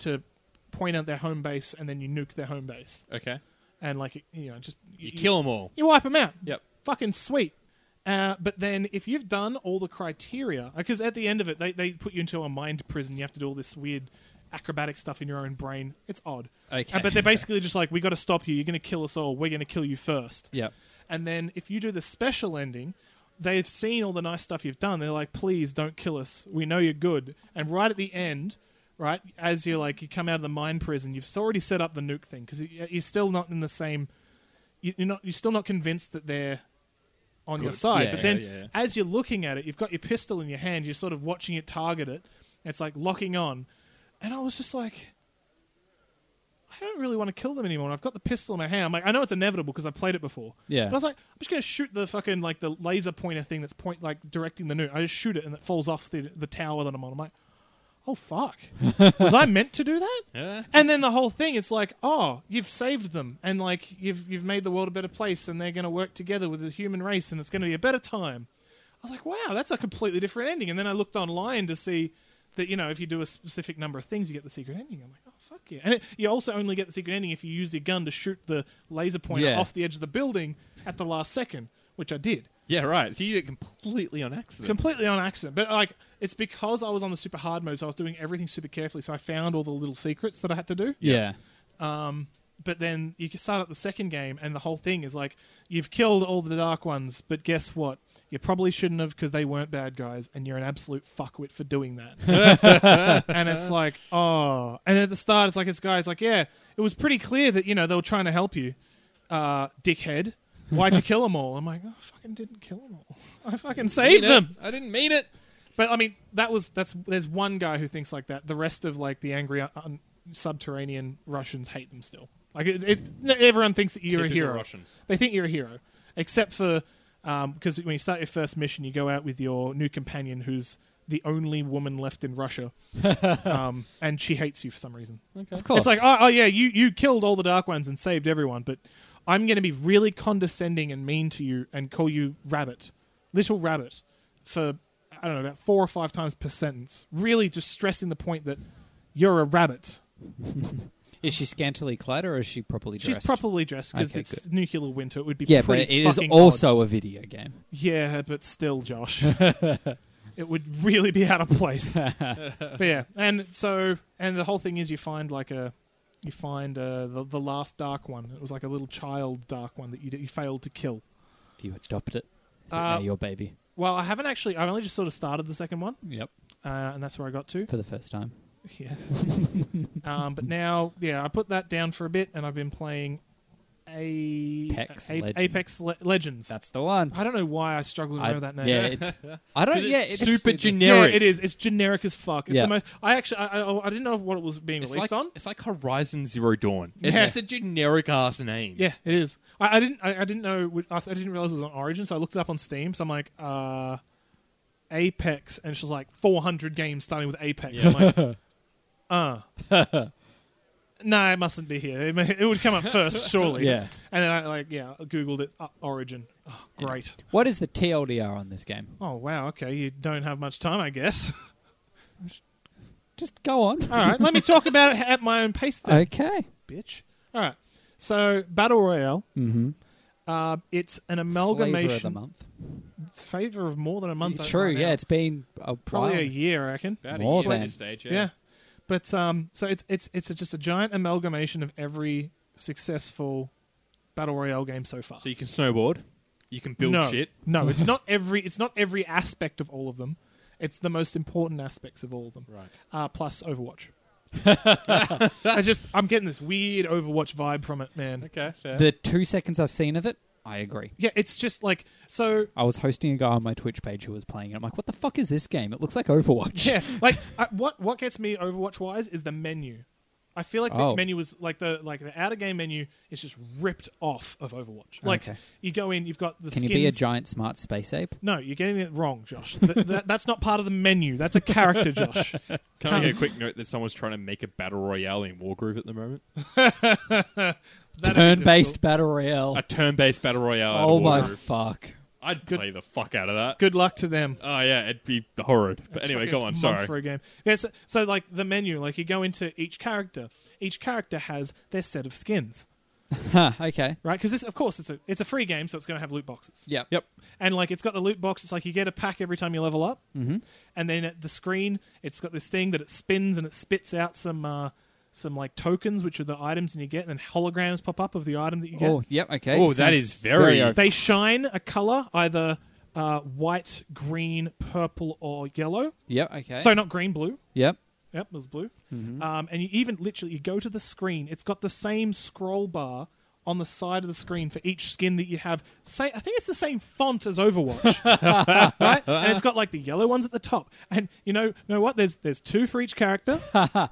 S3: to point out their home base, and then you nuke their home base,
S2: Okay.
S3: and like you know, just
S2: You kill them all.
S3: you wipe them out.
S2: Yep.
S3: Fucking sweet. Uh, but then if you've done all the criteria, because at the end of it, they, they put you into a mind prison. You have to do all this weird acrobatic stuff in your own brain. It's odd.
S1: Okay.
S3: Uh, but they're basically just like, we got to stop you. You're going to kill us all. We're going to kill you first.
S1: Yep.
S3: And then if you do the special ending, they've seen all the nice stuff you've done. They're like, please don't kill us. We know you're good. And right at the end, right as you're like you come out of the mine prison, you've already set up the nuke thing because you're still not in the same. you- You're not. You're still not convinced that they're on your
S2: Good.
S3: side.
S1: Yeah,
S3: but then
S2: yeah, yeah, yeah.
S3: as you're looking at it, you've got your pistol in your hand, you're sort of watching it target it. It's like locking on. And I was just like, I don't really want to kill them anymore. I've got the pistol in my hand. I'm like, I know it's inevitable because I played it before.
S1: Yeah.
S3: But I was like, I'm just going to shoot the fucking, like, the laser pointer thing that's point, like, directing the nuke. I just shoot it and it falls off the, the tower that I'm on. I'm like, oh, fuck. was I meant to do that?
S2: Yeah.
S3: And then the whole thing, it's like, oh, you've saved them, and like you've you've made the world a better place, and they're going to work together with the human race, and it's going to be a better time. I was like, wow, that's a completely different ending. And then I looked online to see that you know if you do a specific number of things, you get the secret ending. I'm like, oh fuck yeah! And it, you also only get the secret ending if you use your gun to shoot the laser pointer
S1: Yeah.
S3: off the edge of the building at the last second, which I did
S2: Yeah, right. So you did it completely on accident.
S3: completely on accident. But like, it's because I was on the super hard mode, so I was doing everything super carefully. So I found all the little secrets that I had to do.
S1: yeah.
S3: but then you can start up the second game and the whole thing is like you've killed all the dark ones but guess what you probably shouldn't have because they weren't bad guys and you're an absolute fuckwit for doing that and it's like oh and at the start it's like this guy's like yeah it was pretty clear that you know they were trying to help you uh dickhead why'd you kill them all i'm like oh, i fucking didn't kill them all i fucking
S2: Mean
S3: saved
S2: it.
S3: them
S2: I didn't mean it.
S3: but I mean, that was that's there's one guy who thinks like that. The rest of like the angry uh, un- subterranean Russians hate them still. Like it, it, everyone thinks that you're
S2: Typical
S3: a hero.
S2: Russians.
S3: They think you're a hero, except for because when you start your first mission, you go out with your new companion, who's the only woman left in Russia, um, and she hates you for some reason.
S1: Of course.
S3: It's like, oh, oh yeah, you you killed all the Dark Ones and saved everyone, but I'm going to be really condescending and mean to you and call you Rabbit, Little Rabbit, for I don't know about four or five times per sentence. Really, just stressing the point that you're a rabbit.
S1: is she scantily clad or is she properly dressed?
S3: oh. She's properly dressed because
S1: Okay,
S3: it's nuclear winter. It would be
S1: yeah, but
S3: pretty
S1: it is
S3: fucking odd.
S1: also a video game.
S3: yeah, but still, Josh, it would really be out of place. but yeah, and so and the whole thing is you find like a you find uh, the the last dark one. It was like a little child dark one that you d- you failed to kill.
S1: You adopt it. Is it
S3: Uh,
S1: now your baby?
S3: Well, I haven't actually. I've only just sort of started the second one,
S1: Yep.
S3: uh, and that's where I got to.
S1: For the first time.
S3: Yes. um, but now, yeah, I put that down for a bit, and I've been playing a
S1: Apex
S3: a-
S1: Legends.
S3: Apex Le- Legends.
S1: That's the one.
S3: I don't know why I struggle to
S1: I-
S3: remember that name.
S1: Yeah, it's. I don't.
S2: Because
S1: Yeah,
S2: it's super
S3: Yeah,
S2: generic.
S3: it is. It's generic as fuck. It's
S1: Yeah.
S3: the most, I actually, I, I, I didn't know what it was being
S2: It's
S3: released
S2: like,
S3: on.
S2: it's like Horizon Zero Dawn. It's
S3: Yeah.
S2: just a generic ass name.
S3: Yeah, it is. I, I didn't, I, I didn't know. wh- I, th- I didn't realize it was on Origin, so I looked it up on Steam. So I'm like, uh, Apex, and she's like 400 games starting with Apex. I'm like, uh. No, it mustn't be here. It, may, it would come up first, surely.
S1: Yeah.
S3: And then I like, yeah, I googled it. Uh, Origin. Oh, great.
S1: What is the TLDR on this game?
S3: Oh wow. Okay, you don't have much time, I guess.
S1: Just go on.
S3: All right, let me talk about it at my own pace, then,
S1: Okay.
S3: bitch. All right. So battle royale.
S1: Mm-hmm.
S3: Uh, it's an
S1: Flavor of the
S3: amalgamation
S1: month.
S3: favor of more than a month.
S1: True.
S3: right
S1: yeah,
S3: now.
S1: it's been a
S3: probably
S1: while.
S3: a year, I reckon.
S2: About
S1: More
S2: a year
S1: than.
S2: at this stage.
S3: Yeah.
S2: Yeah.
S3: But um, so it's it's it's just a giant amalgamation of every successful battle royale game so far.
S2: So you can snowboard. You can build
S3: no,
S2: shit.
S3: no, it's not every it's not every aspect of all of them. It's the most important aspects of all of them.
S2: Right.
S3: Uh, plus Overwatch. I just I'm getting this weird Overwatch vibe from it, man.
S2: Okay. Fair.
S1: The two seconds I've seen of it, I agree.
S3: Yeah, it's just like so
S1: I was hosting a guy on my Twitch page who was playing it. I'm like, what the fuck is this game? It looks like Overwatch.
S3: Yeah, like I, what what gets me Overwatch wise is the menu. I feel like the
S1: Oh.
S3: menu was like the like the outer game menu is just ripped off of Overwatch. Like
S1: Oh, Okay.
S3: you go in, you've got the
S1: Can you
S3: skins.
S1: be a giant smart space ape?
S3: no, you're getting it wrong, Josh. Th- that, that's not part of the menu. That's a character, Josh.
S2: Can I get a quick note that someone's trying to make a battle royale in Wargroove at the moment?
S3: That'd be
S1: Turn-based
S3: difficult.
S1: battle royale.
S2: A turn-based battle royale. out
S1: oh
S2: of
S1: my
S2: Wargroove.
S1: fuck!
S2: I'd
S3: Good-
S2: play the fuck out of that.
S3: Good luck to them.
S2: Oh yeah, it'd be horrid. But anyway,
S3: Fucking
S2: go on.
S3: month
S2: Sorry.
S3: For a game. Yeah, so, so like the menu, like you go into each character. Each character has their set of skins,
S1: Huh, okay.
S3: right? Because this, of course, it's a it's a free game, so it's going to have loot boxes.
S1: Yep.
S2: Yep.
S3: and like it's got the loot box. It's like you get a pack every time you level up, mm-hmm. and then at the screen, it's got this thing that it spins and it spits out some uh, some like tokens, which are the items and you get, and then holograms pop up of the item that you get.
S1: Oh, yep. Okay.
S2: Oh, that
S1: Sounds
S2: is very-
S1: okay.
S3: They shine a color, either uh, white, green, purple, or yellow.
S1: Yep. Okay.
S3: So not green, blue.
S1: yep.
S3: Yep,
S1: Mm-hmm.
S3: it was blue. Um, and you even literally you go to the screen. It's got the same scroll bar on the side of the screen for each skin that you have. Say, I think it's the same font as Overwatch, right? And it's got like the yellow ones at the top, and you know, you know what? There's there's two for each character,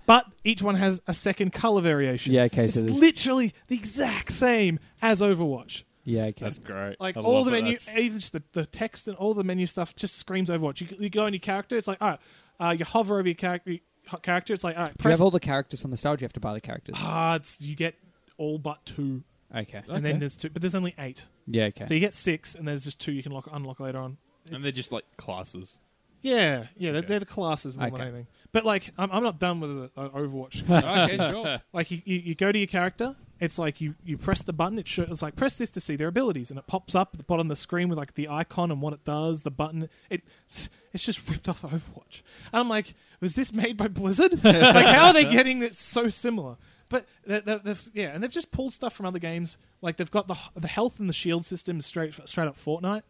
S3: but each one has a second color variation.
S1: Yeah, okay,
S3: It's
S1: so there's-
S3: literally the exact same as Overwatch.
S1: Yeah, okay.
S2: That's great.
S3: Like
S2: I
S3: all
S2: love
S3: the
S2: that.
S3: menu,
S2: That's-
S3: even just the, the text and all the menu stuff just screams Overwatch. You, you go on your character, it's like, all right, uh, you hover over your character, character, it's like, all right,
S1: Do you
S3: press.
S1: have all the characters from the style? Do you have to buy the characters?
S3: Ah, it's- you get all but two,
S1: Okay.
S3: and then
S2: Okay.
S3: there's two, but there's only eight.
S1: Yeah, okay.
S3: So you get six, and there's just two you can lock, unlock later on.
S2: and they're just like classes.
S3: Yeah, yeah, they're,
S2: Okay.
S3: they're the classes more than
S1: Okay.
S3: anything. But like, I'm, I'm not done with the, uh, Overwatch.
S2: okay, sure.
S3: Like you, you, you go to your character. It's like you, you press the button. It sho it's like press this to see their abilities, and it pops up at the bottom of the screen with like the icon and what it does. The button. It it's just ripped off Overwatch. And I'm like, was this made by Blizzard? like, how are they getting this so similar? But they they they've, yeah, and they've just pulled stuff from other games. Like they've got the the health and the shield system is straight straight up Fortnite.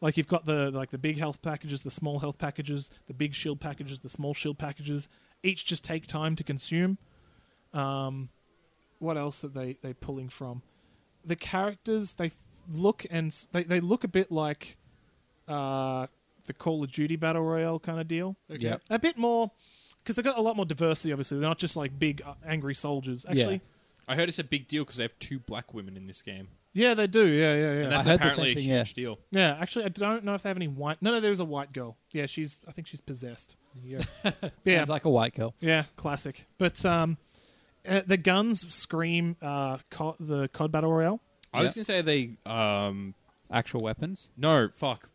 S3: Like you've got the like the big health packages, the small health packages, the big shield packages, the small shield packages. Each just take time to consume. Um, what else are they they pulling from? The characters they f- look and s- they they look a bit like uh, the Call of Duty battle royale kind of deal.
S1: Okay. Yep.
S3: A bit more because they've got a lot more diversity. Obviously, they're not just like big uh, angry soldiers. Actually,
S2: I heard it's a big deal because they have two black women in this game.
S3: yeah, they do. Yeah, yeah, yeah.
S2: And that's
S1: I heard the
S2: apparently
S1: same thing,
S2: a
S1: yeah.
S2: huge deal.
S3: Yeah, actually, I don't know if they have any white. No, no, there's a white girl. Yeah, she's. I think she's possessed. Yeah, yeah,
S1: Sounds like a white girl.
S3: yeah, classic. But um, uh, the guns scream uh, co- the COD Battle Royale.
S2: I was
S1: Yeah.
S2: going to say they. Um,
S1: Actual weapons.
S2: no, fuck.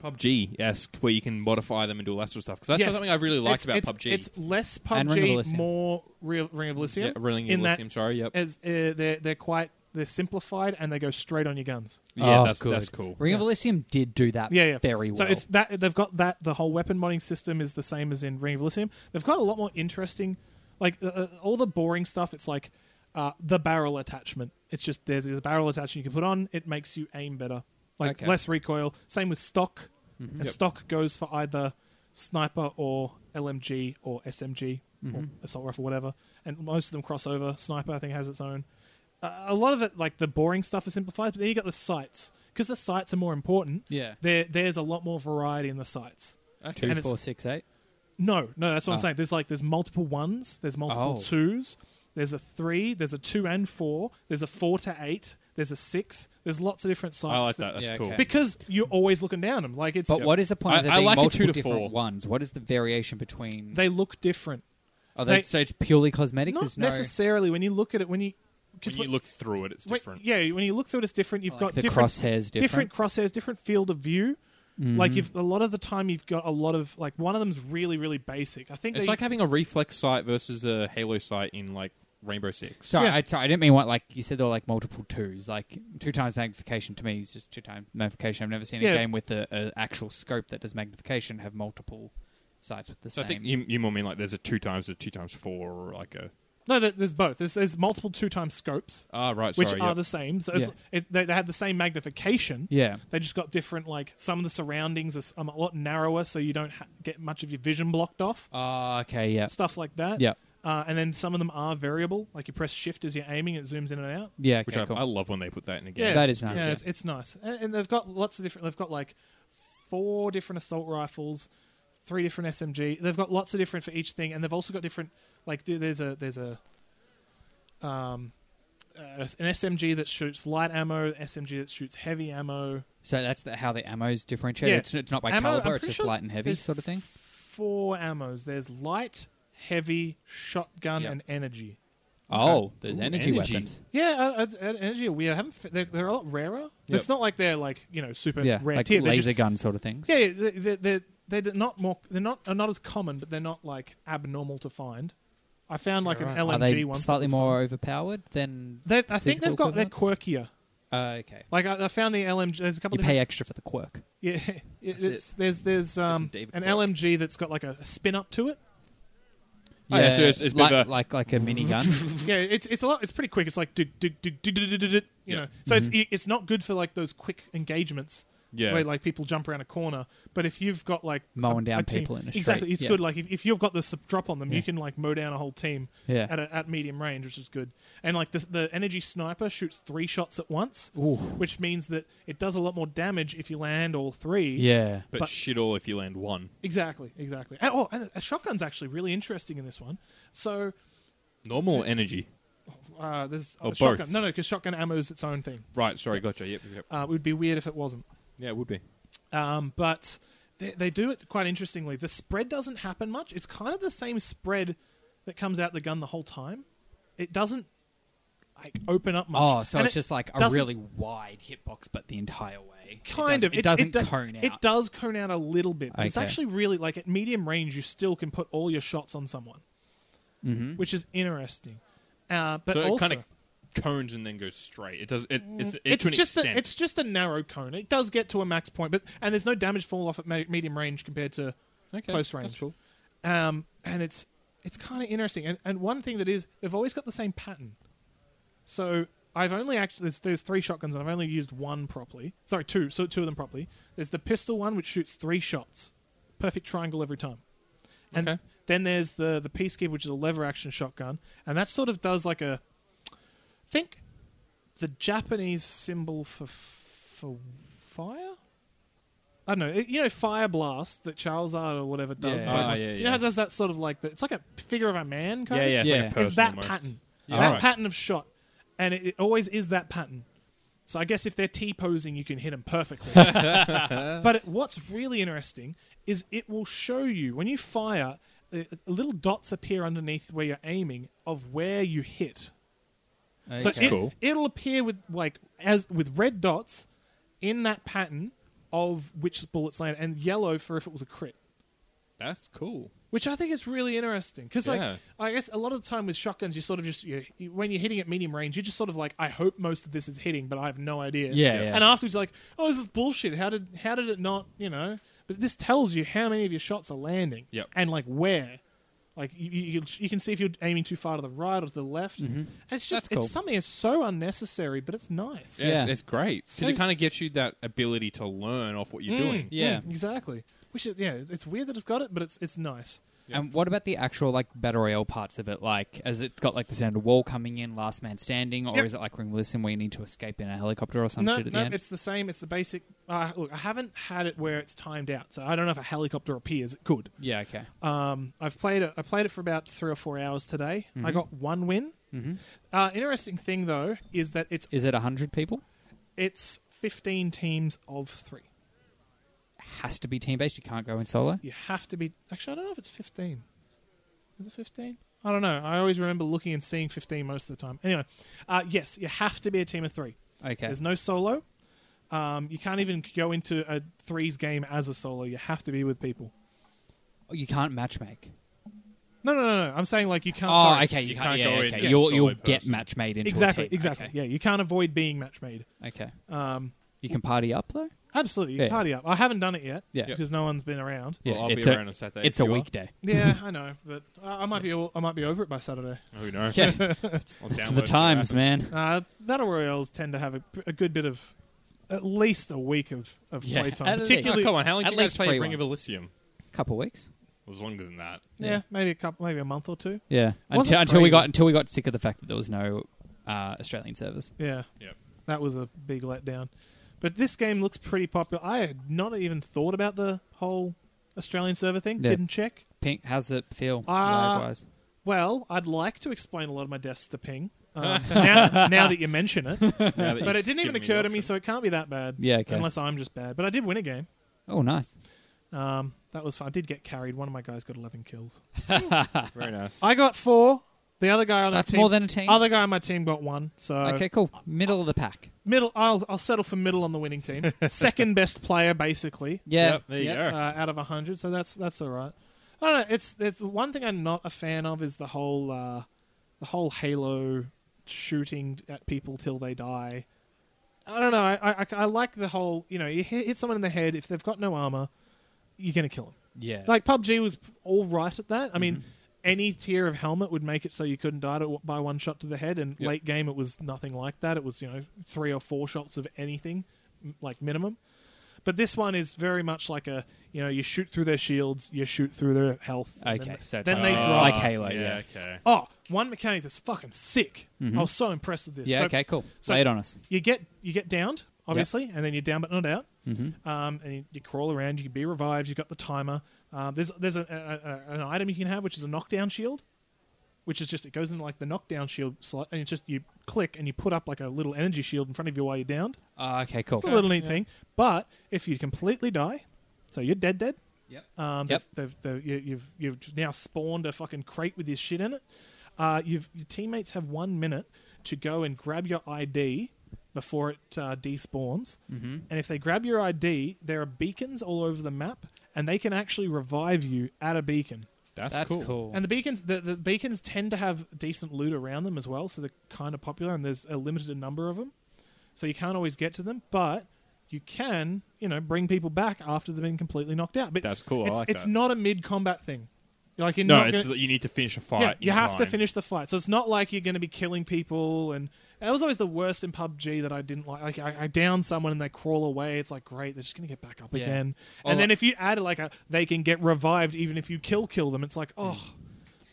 S2: PUBG esque, where you can modify them and do all that sort of stuff. Because that's
S3: Yes.
S2: something I really liked
S3: It's-
S2: about
S3: it's,
S2: PUBG.
S3: It's less
S1: And Ring of
S3: PUBG,
S1: Elysium.
S3: more real Ring of Elysium.
S2: yeah, Ring of
S3: in
S2: Elysium, sorry. Yep.
S3: That, as uh, they're they're quite they're simplified and they go straight on your guns.
S2: yeah,
S1: Oh,
S2: that's,
S1: good.
S2: that's cool.
S1: Ring of Elysium did do that
S3: Yeah, yeah,
S1: very well.
S3: So it's that they've got that the whole weapon modding system is the same as in Ring of Elysium. They've got a lot more interesting, like uh, uh, all the boring stuff. It's like uh, the barrel attachment. It's just there's, there's a barrel attachment you can put on. It makes you aim better, like
S1: Okay.
S3: less recoil. Same with stock. And
S2: Mm-hmm. Yep.
S3: stock goes for either sniper or LMG or SMG
S2: Mm-hmm.
S3: or assault rifle, whatever. And most of them cross over. Sniper I think has its own. Uh, a lot of it, like the boring stuff, is simplified. But then you got the sights because the sights are more important
S1: yeah.
S3: there there's a lot more variety in the sites.
S1: Two,
S3: and it's-
S1: four, six, eight.
S3: No, no, that's what I'm
S1: Ah.
S3: saying. There's like there's multiple ones, there's multiple
S1: Oh.
S3: twos, there's a three, there's a two and four, there's a four to eight, there's a six, there's lots of different sites.
S2: I like that. That's
S1: Yeah,
S2: cool.
S1: okay.
S3: Because you're always looking down them. Like it's
S1: But what is the point
S2: I-
S1: of there
S2: I
S1: being
S2: like a two
S1: multiple
S2: to
S1: different
S2: four.
S1: ones? What is the variation between?
S3: they look different.
S1: are they,
S3: they-
S1: so it's purely cosmetic.
S3: Not
S1: There's no
S3: necessarily when you look at it when you
S2: When
S3: because
S2: you look through it, it's different.
S3: yeah, when you look through it, it's different. You've
S1: Oh, like
S3: got
S1: the
S3: different
S1: crosshairs
S3: different crosshairs, different field of view. Like you've a lot of the time you've got a lot of like one of them's really really basic. I think
S2: It's
S3: they,
S2: like having a reflex sight versus a halo sight in like Rainbow Six.
S1: Sorry,
S3: Yeah.
S1: I, sorry, I didn't mean what like you said. They're like multiple twos, like two times magnification. To me, is just two times magnification. I've never seen
S3: Yeah.
S1: a game with a, a actual scope that does magnification have multiple sides with the
S2: So
S1: same.
S2: I think you, you more mean like there's a two times a two times four or like a
S3: no, there- there's both. There's, there's multiple two time scopes.
S2: ah right
S3: which
S2: sorry
S3: are
S2: yep.
S3: the same. So it's, it, they, they had the same magnification.
S1: yeah,
S3: They just got different. Like some of the surroundings are s- um, a lot narrower, so you don't ha- get much of your vision blocked off.
S1: Ah, okay, yeah,
S3: Stuff like that.
S1: yeah,
S3: Uh, and then some of them are variable. Like you press shift as you're aiming, it zooms in and out.
S1: yeah. Okay,
S2: which I,
S1: cool.
S2: I love when they put that in a game.
S3: Yeah,
S1: That is nice,
S3: Yeah,
S1: yeah.
S3: It's, it's nice. And, and they've got lots of different. They've got like four different assault rifles, three different SMG. They've got lots of different for each thing, and they've also got different. Like there- there's a there's a um uh, an SMG that shoots light ammo, SMG that shoots heavy ammo.
S1: so that's the, how the ammo's differentiate.
S3: Yeah.
S1: It's, it's not by
S3: Ammo, I'm
S1: caliber; it's
S3: pretty
S1: just
S3: sure
S1: light and heavy
S3: there's
S1: sort of thing.
S3: Four ammos. There's light, heavy, shotgun,
S1: Yep.
S3: and energy.
S1: Oh, there's
S2: Ooh,
S1: energy,
S2: energy.
S1: weapons.
S3: Yeah, uh, I, I, I- energy are weird. I haven't. fi- They're, they're a lot rarer. It's not like they're like you know super
S1: Yeah,
S3: rare
S1: like
S3: tier. They're just
S1: laser gun sort of things.
S3: Yeah, yeah, they're, they're, they're not more. They're not are not as common, but they're not like abnormal to find. I found like an
S2: Right.
S1: Are
S3: LMG
S1: they
S3: one.
S1: slightly more overpowered than?
S3: They, I think they've
S1: physical
S3: got they're quirkier.
S1: Uh, okay,
S3: Like I, I found the LMG. There's a couple.
S1: you
S3: different-
S1: pay extra for the quirk.
S3: yeah, it- it's, there's there's um
S2: David
S3: an
S2: Quirk.
S3: LMG that's got like a, a spin up to it.
S2: Oh, yeah, so it's- it's a bit
S1: like,
S2: of a-
S1: like like a minigun.
S3: Yeah, it's it's a lot. It's pretty quick. It's like do do do do do do do. do, You
S2: Yeah. Mm-hmm.
S3: know, so it's it's not good for like those quick engagements.
S2: Yeah.
S3: where like people jump around a corner. But if you've got like a-
S1: Mowing
S3: a
S1: down
S3: team-
S1: people in a
S3: exactly,
S1: street,
S3: it's
S1: yeah.
S3: good. Like if, if you've got the s- drop on them,
S1: Yeah.
S3: you can like mow down a whole team
S1: Yeah.
S3: at a, at medium range, which is good. And like the the energy sniper shoots three shots at once,
S1: Ooh.
S3: which means that it does a lot more damage if you land all three.
S1: Yeah.
S2: but,
S3: but-
S2: shit all if you land one.
S3: Exactly, exactly. And, oh, and a shotgun's actually really interesting in this one. So
S2: Normal energy.
S3: uh, there's
S2: Or
S3: oh, shotgun.
S2: both.
S3: No, no, because shotgun ammo is its own thing.
S2: Right, sorry, gotcha. Yep, yep, yep.
S3: Uh, it would be weird if it wasn't.
S2: Yeah, it would be.
S3: Um, but they, they do it quite interestingly. The spread doesn't happen much. It's kind of the same spread that comes out the gun the whole time. It doesn't like open up much.
S1: Oh, so
S3: And
S1: it's
S3: it
S1: just like a
S3: doesn't-
S1: really wide hitbox, but the entire way. It
S3: kind
S1: doesn't-
S3: of
S1: It doesn't
S3: do-
S1: cone out.
S3: It does cone out a little bit. But It's
S1: Okay.
S3: actually really like at medium range, you still can put all your shots on someone,
S1: Mhm.
S3: which is interesting. Uh, but
S2: so it
S3: also, Mm,
S2: kind of cones and then goes straight. It does. It, it's it,
S3: it's
S2: to an
S3: just a,
S2: extent.
S3: it's just a narrow cone. It does get to a max point, but and there's no damage fall off at me- medium range compared to
S2: okay,
S3: close range.
S2: That's cool.
S3: um, and it's it's kind of interesting. And, and one thing that is, they've always got the same pattern. So I've only actually there's, there's three shotguns, and I've only used one properly. Sorry, two. So two of them properly. There's the pistol one, which shoots three shots, perfect triangle every time. And
S2: Okay.
S3: then there's the the peacekeeper, which is a lever action shotgun, and that sort of does like a think the Japanese symbol for for fire. I don't know. It- You know, fire blast that Charles Art or whatever does.
S1: Yeah.
S3: right?
S2: Ah, yeah,
S3: You know how
S2: yeah.
S3: it does that sort of like the, it's like a figure of a man kind
S2: Yeah,
S3: of.
S2: yeah. It's
S1: Yeah.
S2: like a
S1: It's
S2: person
S3: It's that
S2: almost.
S3: pattern.
S2: Yeah.
S3: That
S2: Alright.
S3: pattern of shot, and it, it always is that pattern. So I guess if they're T posing, you can hit them perfectly. but it, what's really interesting is it will show you when you fire, uh, uh, little dots appear underneath where you're aiming of where you hit. So
S1: Okay.
S3: it,
S2: Cool.
S3: it'll appear with like as with red dots in that pattern of which bullets land, and yellow for if it was a crit
S2: That's cool.
S3: which I think is really interesting because,
S2: Yeah.
S3: like, I guess a lot of the time with shotguns, you sort of just you, you, when you're hitting at medium range, you're just sort of like, I hope most of this is hitting, but I have no idea.
S1: Yeah, yeah.
S3: And afterwards, you're like, oh, this is bullshit. How did how did it not? You know, but this tells you how many of your shots are landing,
S2: Yep.
S3: and like where. Like you, you, you- you can see if you're aiming too far to the right or to the left.
S1: Mm-hmm.
S3: And it's just
S1: That's cool.
S3: it's something that's so unnecessary, but it's nice.
S2: Yeah,
S1: Yeah.
S2: It's, it's great because
S3: So-
S2: it kind of gets you that ability to learn off what you're doing.
S1: yeah.
S3: Mm, exactly. We should, yeah, it's weird that it's got it, but it's it's nice.
S1: And what about the actual like battle royale parts of it? Like, has it got like the sound of wall coming in, last man standing, or
S3: Yep.
S1: is it like when listen we need to escape in a helicopter or some
S3: no,
S1: shit at
S3: no,
S1: the end?
S3: it's the same. It's the basic. Uh, look, I haven't had it where it's timed out, so I don't know if a helicopter appears. It could.
S1: Yeah, okay.
S3: Um, I've played it. I played it for about three or four hours today. I
S1: Mm-hmm.
S3: got one win.
S1: Mhm.
S3: Uh, interesting thing though is that it's
S1: Is it hundred people?
S3: it's fifteen teams of three.
S1: Has to be team based. You can't go in solo.
S3: You have to be. Actually, I don't know if it's fifteen. Is it fifteen? I don't know. I always remember looking and seeing fifteen most of the time. Anyway, uh, yes, you have to be a team of three.
S1: Okay.
S3: There's no solo. Um, you can't even go into a threes game as a solo. You have to be with people.
S1: you can't matchmake.
S3: No, no, no, no. I'm saying like you can't.
S1: Oh,
S3: sorry.
S1: okay. You,
S2: You
S1: can't,
S2: can't
S1: yeah,
S2: go in
S1: okay.
S2: as a
S1: You'll
S2: solo
S1: you'll get
S2: person.
S1: match made into
S3: Exactly,
S1: a team.
S3: exactly. Yeah, you can't avoid being match made.
S1: Okay. okay.
S3: Um,
S1: You can party up though.
S3: absolutely. You can
S1: Yeah.
S3: Party up. I haven't done it yet.
S1: Yeah.
S3: because no one's been around.
S1: Yeah,
S2: Well, I'll
S1: it's
S2: be
S1: a-
S2: around on Saturday.
S1: It's
S2: if
S1: a
S2: you are.
S1: weekday.
S3: Yeah, I know, but I, I might be I might be over it by Saturday.
S2: Who knows?
S1: Yeah.
S2: I'll
S1: It's
S2: download
S1: the
S2: it, see what
S1: times,
S2: happens.
S1: man.
S3: Uh, battle royales tend to have a, a good bit of, at least a week of of
S1: Yeah,
S3: playtime.
S1: at least.
S2: Oh,
S3: Particularly,
S2: come on, how long
S1: At
S2: did you guys
S1: least
S2: play
S1: free
S2: Ring
S1: one.
S2: of Elysium?
S1: Couple weeks.
S2: It was longer than that.
S3: yeah, maybe a couple, maybe a month or two.
S1: Yeah.
S3: Wasn't
S1: Until, until we
S3: crazy.
S1: got until we got sick of the fact that there was no uh, Australian service.
S3: Yeah,
S2: Yep.
S3: that was a big letdown. But this game looks pretty popular. I had not even thought about the whole Australian server thing.
S1: Yeah.
S3: Didn't check.
S1: Pink, how's it feel?
S3: Ah.
S1: lag-wise?
S3: Well, I'd like to explain a lot of my deaths to Ping. Um, now, now that you mention it,
S2: Now that
S3: but it
S2: you've
S3: didn't even
S2: given the
S3: occur to me,
S2: option.
S3: so it can't be that bad.
S1: Yeah, okay.
S3: Unless I'm just bad, but I did win a game.
S1: Oh, nice.
S3: Um, that was fun. I did get carried. One of my guys got 11 kills.
S2: Very nice.
S3: I got four. The other guy on
S1: That's
S3: our team,
S1: more than a team.
S3: other guy on my team got one. So
S1: okay, cool. Middle of the pack.
S3: middle. I'll I'll settle for middle on the winning team. Second best player, basically.
S1: Yeah.
S2: Yep, there you
S1: yeah.
S2: go.
S3: uh, out of hundred. So that's that's all right. I don't know. It's it's one thing I'm not a fan of is the whole uh, the whole Halo shooting at people till they die. I don't know. I, I I like the whole you know you hit hit someone in the head if they've got no armor, you're gonna kill them.
S1: Yeah.
S3: Like PUBG was all right at that. I mean.
S1: Mm-hmm.
S3: Any tier of helmet would make it so you couldn't die to, by one shot to the head, and
S2: Yep.
S3: late game it was nothing like that. It was you know three or four shots of anything, m- like minimum. But this one is very much like a you know you shoot through their shields, you shoot through their health. and
S1: Okay,
S3: then,
S1: so it's
S3: then
S1: like-
S3: they
S1: Ah.
S3: drop.
S1: Like Halo, yeah.
S2: Uh, okay.
S3: Oh, one mechanic that's fucking sick. I was so impressed with this.
S1: Mm-hmm. Yeah,
S3: So
S1: okay, cool.
S3: so-
S1: Lay it on us.
S3: You get you get downed, obviously, and then you're down but not out.
S1: Mhm.
S3: Um, and you, you crawl around. You can be revived. You've got the timer. Um, there's there's a, a, a- an item you can have which is a knockdown shield, which is just it goes into like the knockdown shield slot, and it's just you click and you put up like a little energy shield in front of you while you're downed.
S1: Ah, okay, cool.
S3: It's a little neat thing. But if you completely die, so you're dead, dead.
S1: Yep.
S3: Um,
S1: Yep.
S3: They've, they've, you, you've you've now spawned a fucking crate with your shit in it. Uh, you've, your teammates have one minute to go and grab your ID before it uh, despawns. Mm-hmm. And if they grab your ID, there are beacons all over the map, and they can actually revive you at a beacon.
S2: That's,
S1: That's
S2: cool.
S1: cool.
S3: And the beacons, the, the beacons tend to have decent loot around them as well, so they're kind of popular, and there's a limited number of them, so you can't always get to them, but you can, you know, bring people back after they've been completely knocked out. But
S2: That's cool. I
S3: It's,
S2: like
S3: it's
S2: that.
S3: not a mid combat thing. Like you're
S2: No,
S3: not
S2: it's
S3: gonna-
S2: you need to finish a fight.
S3: yeah, you
S2: in
S3: have to
S2: time.
S3: finish the fight, so it's not like you're going to be killing people. And that was always the worst in PUBG that I didn't like. Like I, I down someone and they crawl away. It's like great, they're just going to get back up
S1: Yeah.
S3: again.
S1: Or
S3: and then
S1: like-
S3: if you add like a, they can get revived even if you kill kill them. It's like oh,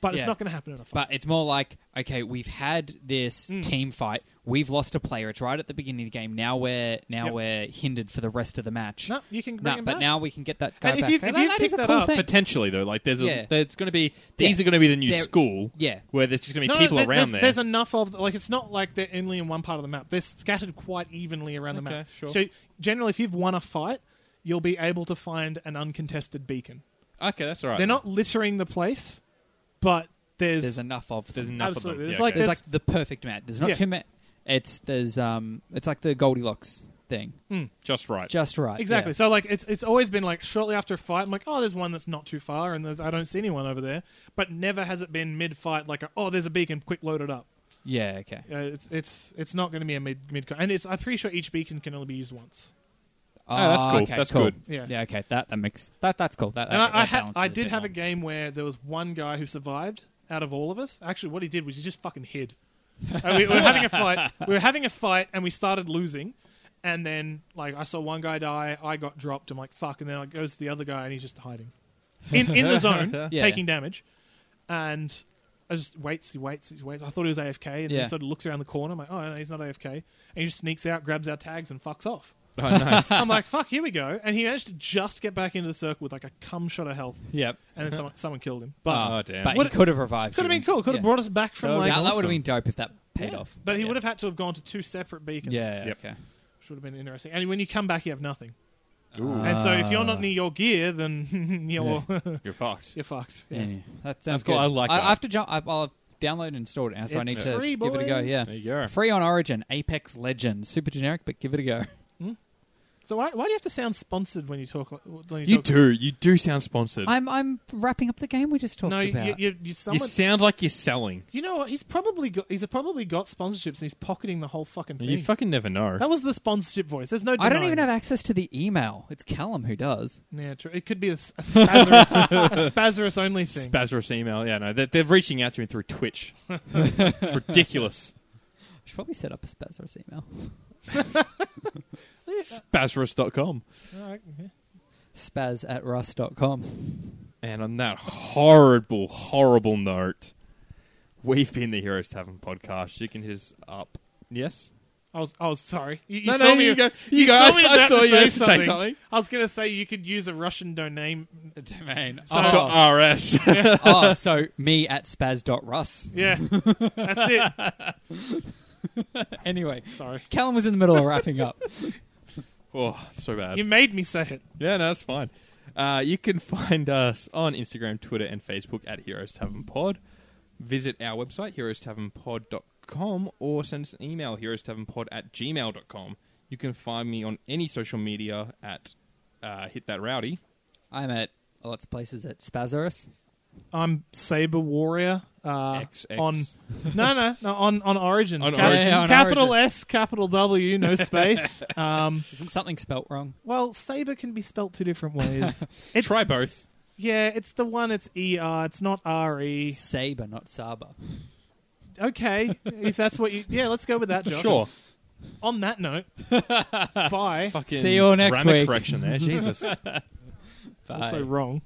S3: but it's
S1: Mm. Yeah.
S3: not going to happen in a fight.
S1: But it's more like, okay, we've had this
S3: Hmm.
S1: team fight. We've lost a player. It's right at the beginning of the game. Now we're now
S3: Yep.
S1: we're hindered for the rest of the match.
S3: No, you can bring
S1: No,
S3: him
S1: but
S3: back.
S1: now we can get that guy
S3: And if
S1: back.
S3: you-
S1: Okay,
S3: if
S1: that-
S3: you
S1: that is a
S3: pick that
S1: cool
S3: up,
S1: thing.
S2: Potentially though, like there's
S1: Yeah.
S2: a, there's going to be these
S1: Yeah.
S2: are going to be the new
S1: They're-
S2: school.
S1: yeah.
S2: where there's just going to
S3: No,
S2: be
S3: no,
S2: people
S3: there-
S2: around
S3: there's,
S2: there.
S3: There's enough of like it's not like they're only in one part of the map. They're scattered quite evenly around the
S2: Okay,
S3: map.
S2: sure.
S3: So generally, if you've won a fight, you'll be able to find an uncontested beacon.
S2: okay, that's all right.
S3: They're
S2: then.
S3: not littering the place, but there's,
S1: There's enough of
S2: There's
S1: them.
S2: enough
S3: Absolutely.
S2: of them.
S3: It's
S2: Yeah,
S3: like
S2: okay.
S1: There's
S3: There's-
S1: like the perfect mat. There's not
S3: Yeah.
S1: too many. It's there's um it's like the Goldilocks thing,
S2: just right.
S1: just right.
S3: exactly.
S1: yeah.
S3: So like it's it's always been like shortly after a fight, I'm like, oh, there's one that's not too far, and there's, I don't see anyone over there. But never has it been mid fight like, a, oh, there's a beacon, quick load it up.
S1: Yeah. Okay.
S3: Uh, it's it's it's not going to be a mid mid, and it's I'm pretty sure each beacon can only be used once.
S2: Oh, that's
S1: Ah,
S2: cool.
S1: okay,
S2: That's
S1: cool.
S2: good.
S3: Yeah.
S1: Yeah. Okay. That that makes that that's cool. That,
S3: And
S1: that,
S3: I, I,
S1: that
S3: ha-
S1: balances
S3: I
S1: it
S3: did
S1: bit
S3: have a
S1: more.
S3: game where there was one guy who survived out of all of us. Actually, what he did was he just fucking hid. Uh, we, we were having a fight. We were having a fight, and we started losing. And then, like, I saw one guy die. I got dropped. I'm like, fuck. And then it goes to the other guy, and he's just hiding in in the zone,
S1: Yeah.
S3: taking damage. And I just waits. He waits. He waits. I thought he was AFK, and then
S1: Yeah.
S3: he sort of looks around the corner. I'm like, oh no, he's not AFK. And he just sneaks out, grabs our tags, and fucks off.
S2: Oh, nice.
S3: I'm like, fuck, here we go. And he managed to just get back into the circle with like a cum shot of health
S1: Yep.
S3: and then someone, someone killed him. But
S2: Oh, damn.
S1: But
S3: Would
S1: he could have revived.
S3: could have
S1: you.
S3: been cool. Could have
S1: Ah, Yeah.
S3: brought us back from like.
S1: Now, that would have
S2: awesome.
S1: been dope if that paid
S3: Yeah.
S1: off.
S3: But he
S1: yeah.
S3: would have had to have gone to two separate beacons.
S1: Yeah.
S2: Yep.
S1: Okay.
S3: which would have been interesting. And when you come back, you have nothing.
S2: Ooh,
S3: and so if you're
S1: Ah,
S3: not near your gear, then you're
S2: you're fucked.
S3: you're fucked.
S1: Yeah.
S3: Yeah.
S1: That sounds
S2: That's cool.
S1: good.
S2: I like that.
S1: I have to jump. I, I'll download and install it now, so I
S3: It's
S1: need to
S3: free,
S1: give it a go.
S3: boys.
S1: Yeah.
S2: There you go.
S1: Free on Origin. Apex Legends. Super generic, but give it a go.
S3: So why, why do you have to sound sponsored when you talk? like- When you,
S2: You
S3: talk
S2: do. You do sound sponsored.
S1: I'm I'm wrapping up the game we just talked
S3: No,
S1: about.
S3: you, you, you,
S2: you
S3: someone.
S2: sound like you're selling.
S3: You know what? He's probably got. He's probably got sponsorships, and he's pocketing the whole fucking thing.
S2: You fucking never know.
S3: that was the sponsorship voice. There's no.
S1: I don't
S3: denying
S1: even
S3: it.
S1: have access to the email. It's Callum who does.
S3: Yeah, true. It could be a, s- a spazarus, a spazarus only thing.
S2: Spazorous email. Yeah, no, they're, they're reaching out to me through Twitch. it's ridiculous.
S1: I should probably set up a Spazarus email.
S2: Spazorous.com.
S3: All right, yeah.
S1: Spaz at rust.com.
S2: And on that horrible, horrible note, we've been the Heroes Tavern podcast. You can hit us up. Yes?
S3: I was, I was sorry. You, you
S2: No, no,
S3: saw me.
S2: you go- you go. I
S3: me
S2: saw- I
S3: about
S2: saw
S3: to
S2: you
S3: say
S2: about to say something.
S3: I was going to say you could use a Russian domain.
S1: Domain.
S3: Oh.
S1: Oh,
S2: Dot RS.
S1: oh, so me at spaz.rus.
S3: Yeah, that's it.
S1: Anyway,
S3: Sorry,
S1: Callum was in the middle of wrapping up.
S2: oh, so bad.
S3: you made me say it.
S2: Yeah, no, that's fine. Uh, you can find us on Instagram, Twitter, and Facebook at Heroes Tavern Pod. Visit our website, heroestavernpod.com, or send us an email, heroestavernpod at gmail.com. You can find me on any social media at uh, Hit That Rowdy.
S1: I'm at lots of places at Spazarus.
S3: I'm Saber Warrior. Uh,
S2: X, X.
S3: On no, no, no. On on Origin.
S2: On
S3: Cap-
S2: Origin.
S1: Yeah, on
S3: capital
S1: Origin.
S3: S, capital W, no space. um,
S1: Isn't something spelt wrong?
S3: well, Saber can be spelt two different ways. It's,
S2: Try both.
S3: Yeah, it's the one. It's E R. It's not R E.
S1: Saber, not Saba.
S3: Okay, if that's what you. Yeah, let's go with that. Josh.
S2: Sure.
S3: On that note, bye.
S1: Fucking
S2: See you all next
S1: grammar
S2: week.
S1: correction there. Jesus.
S2: Bye.
S3: Also wrong.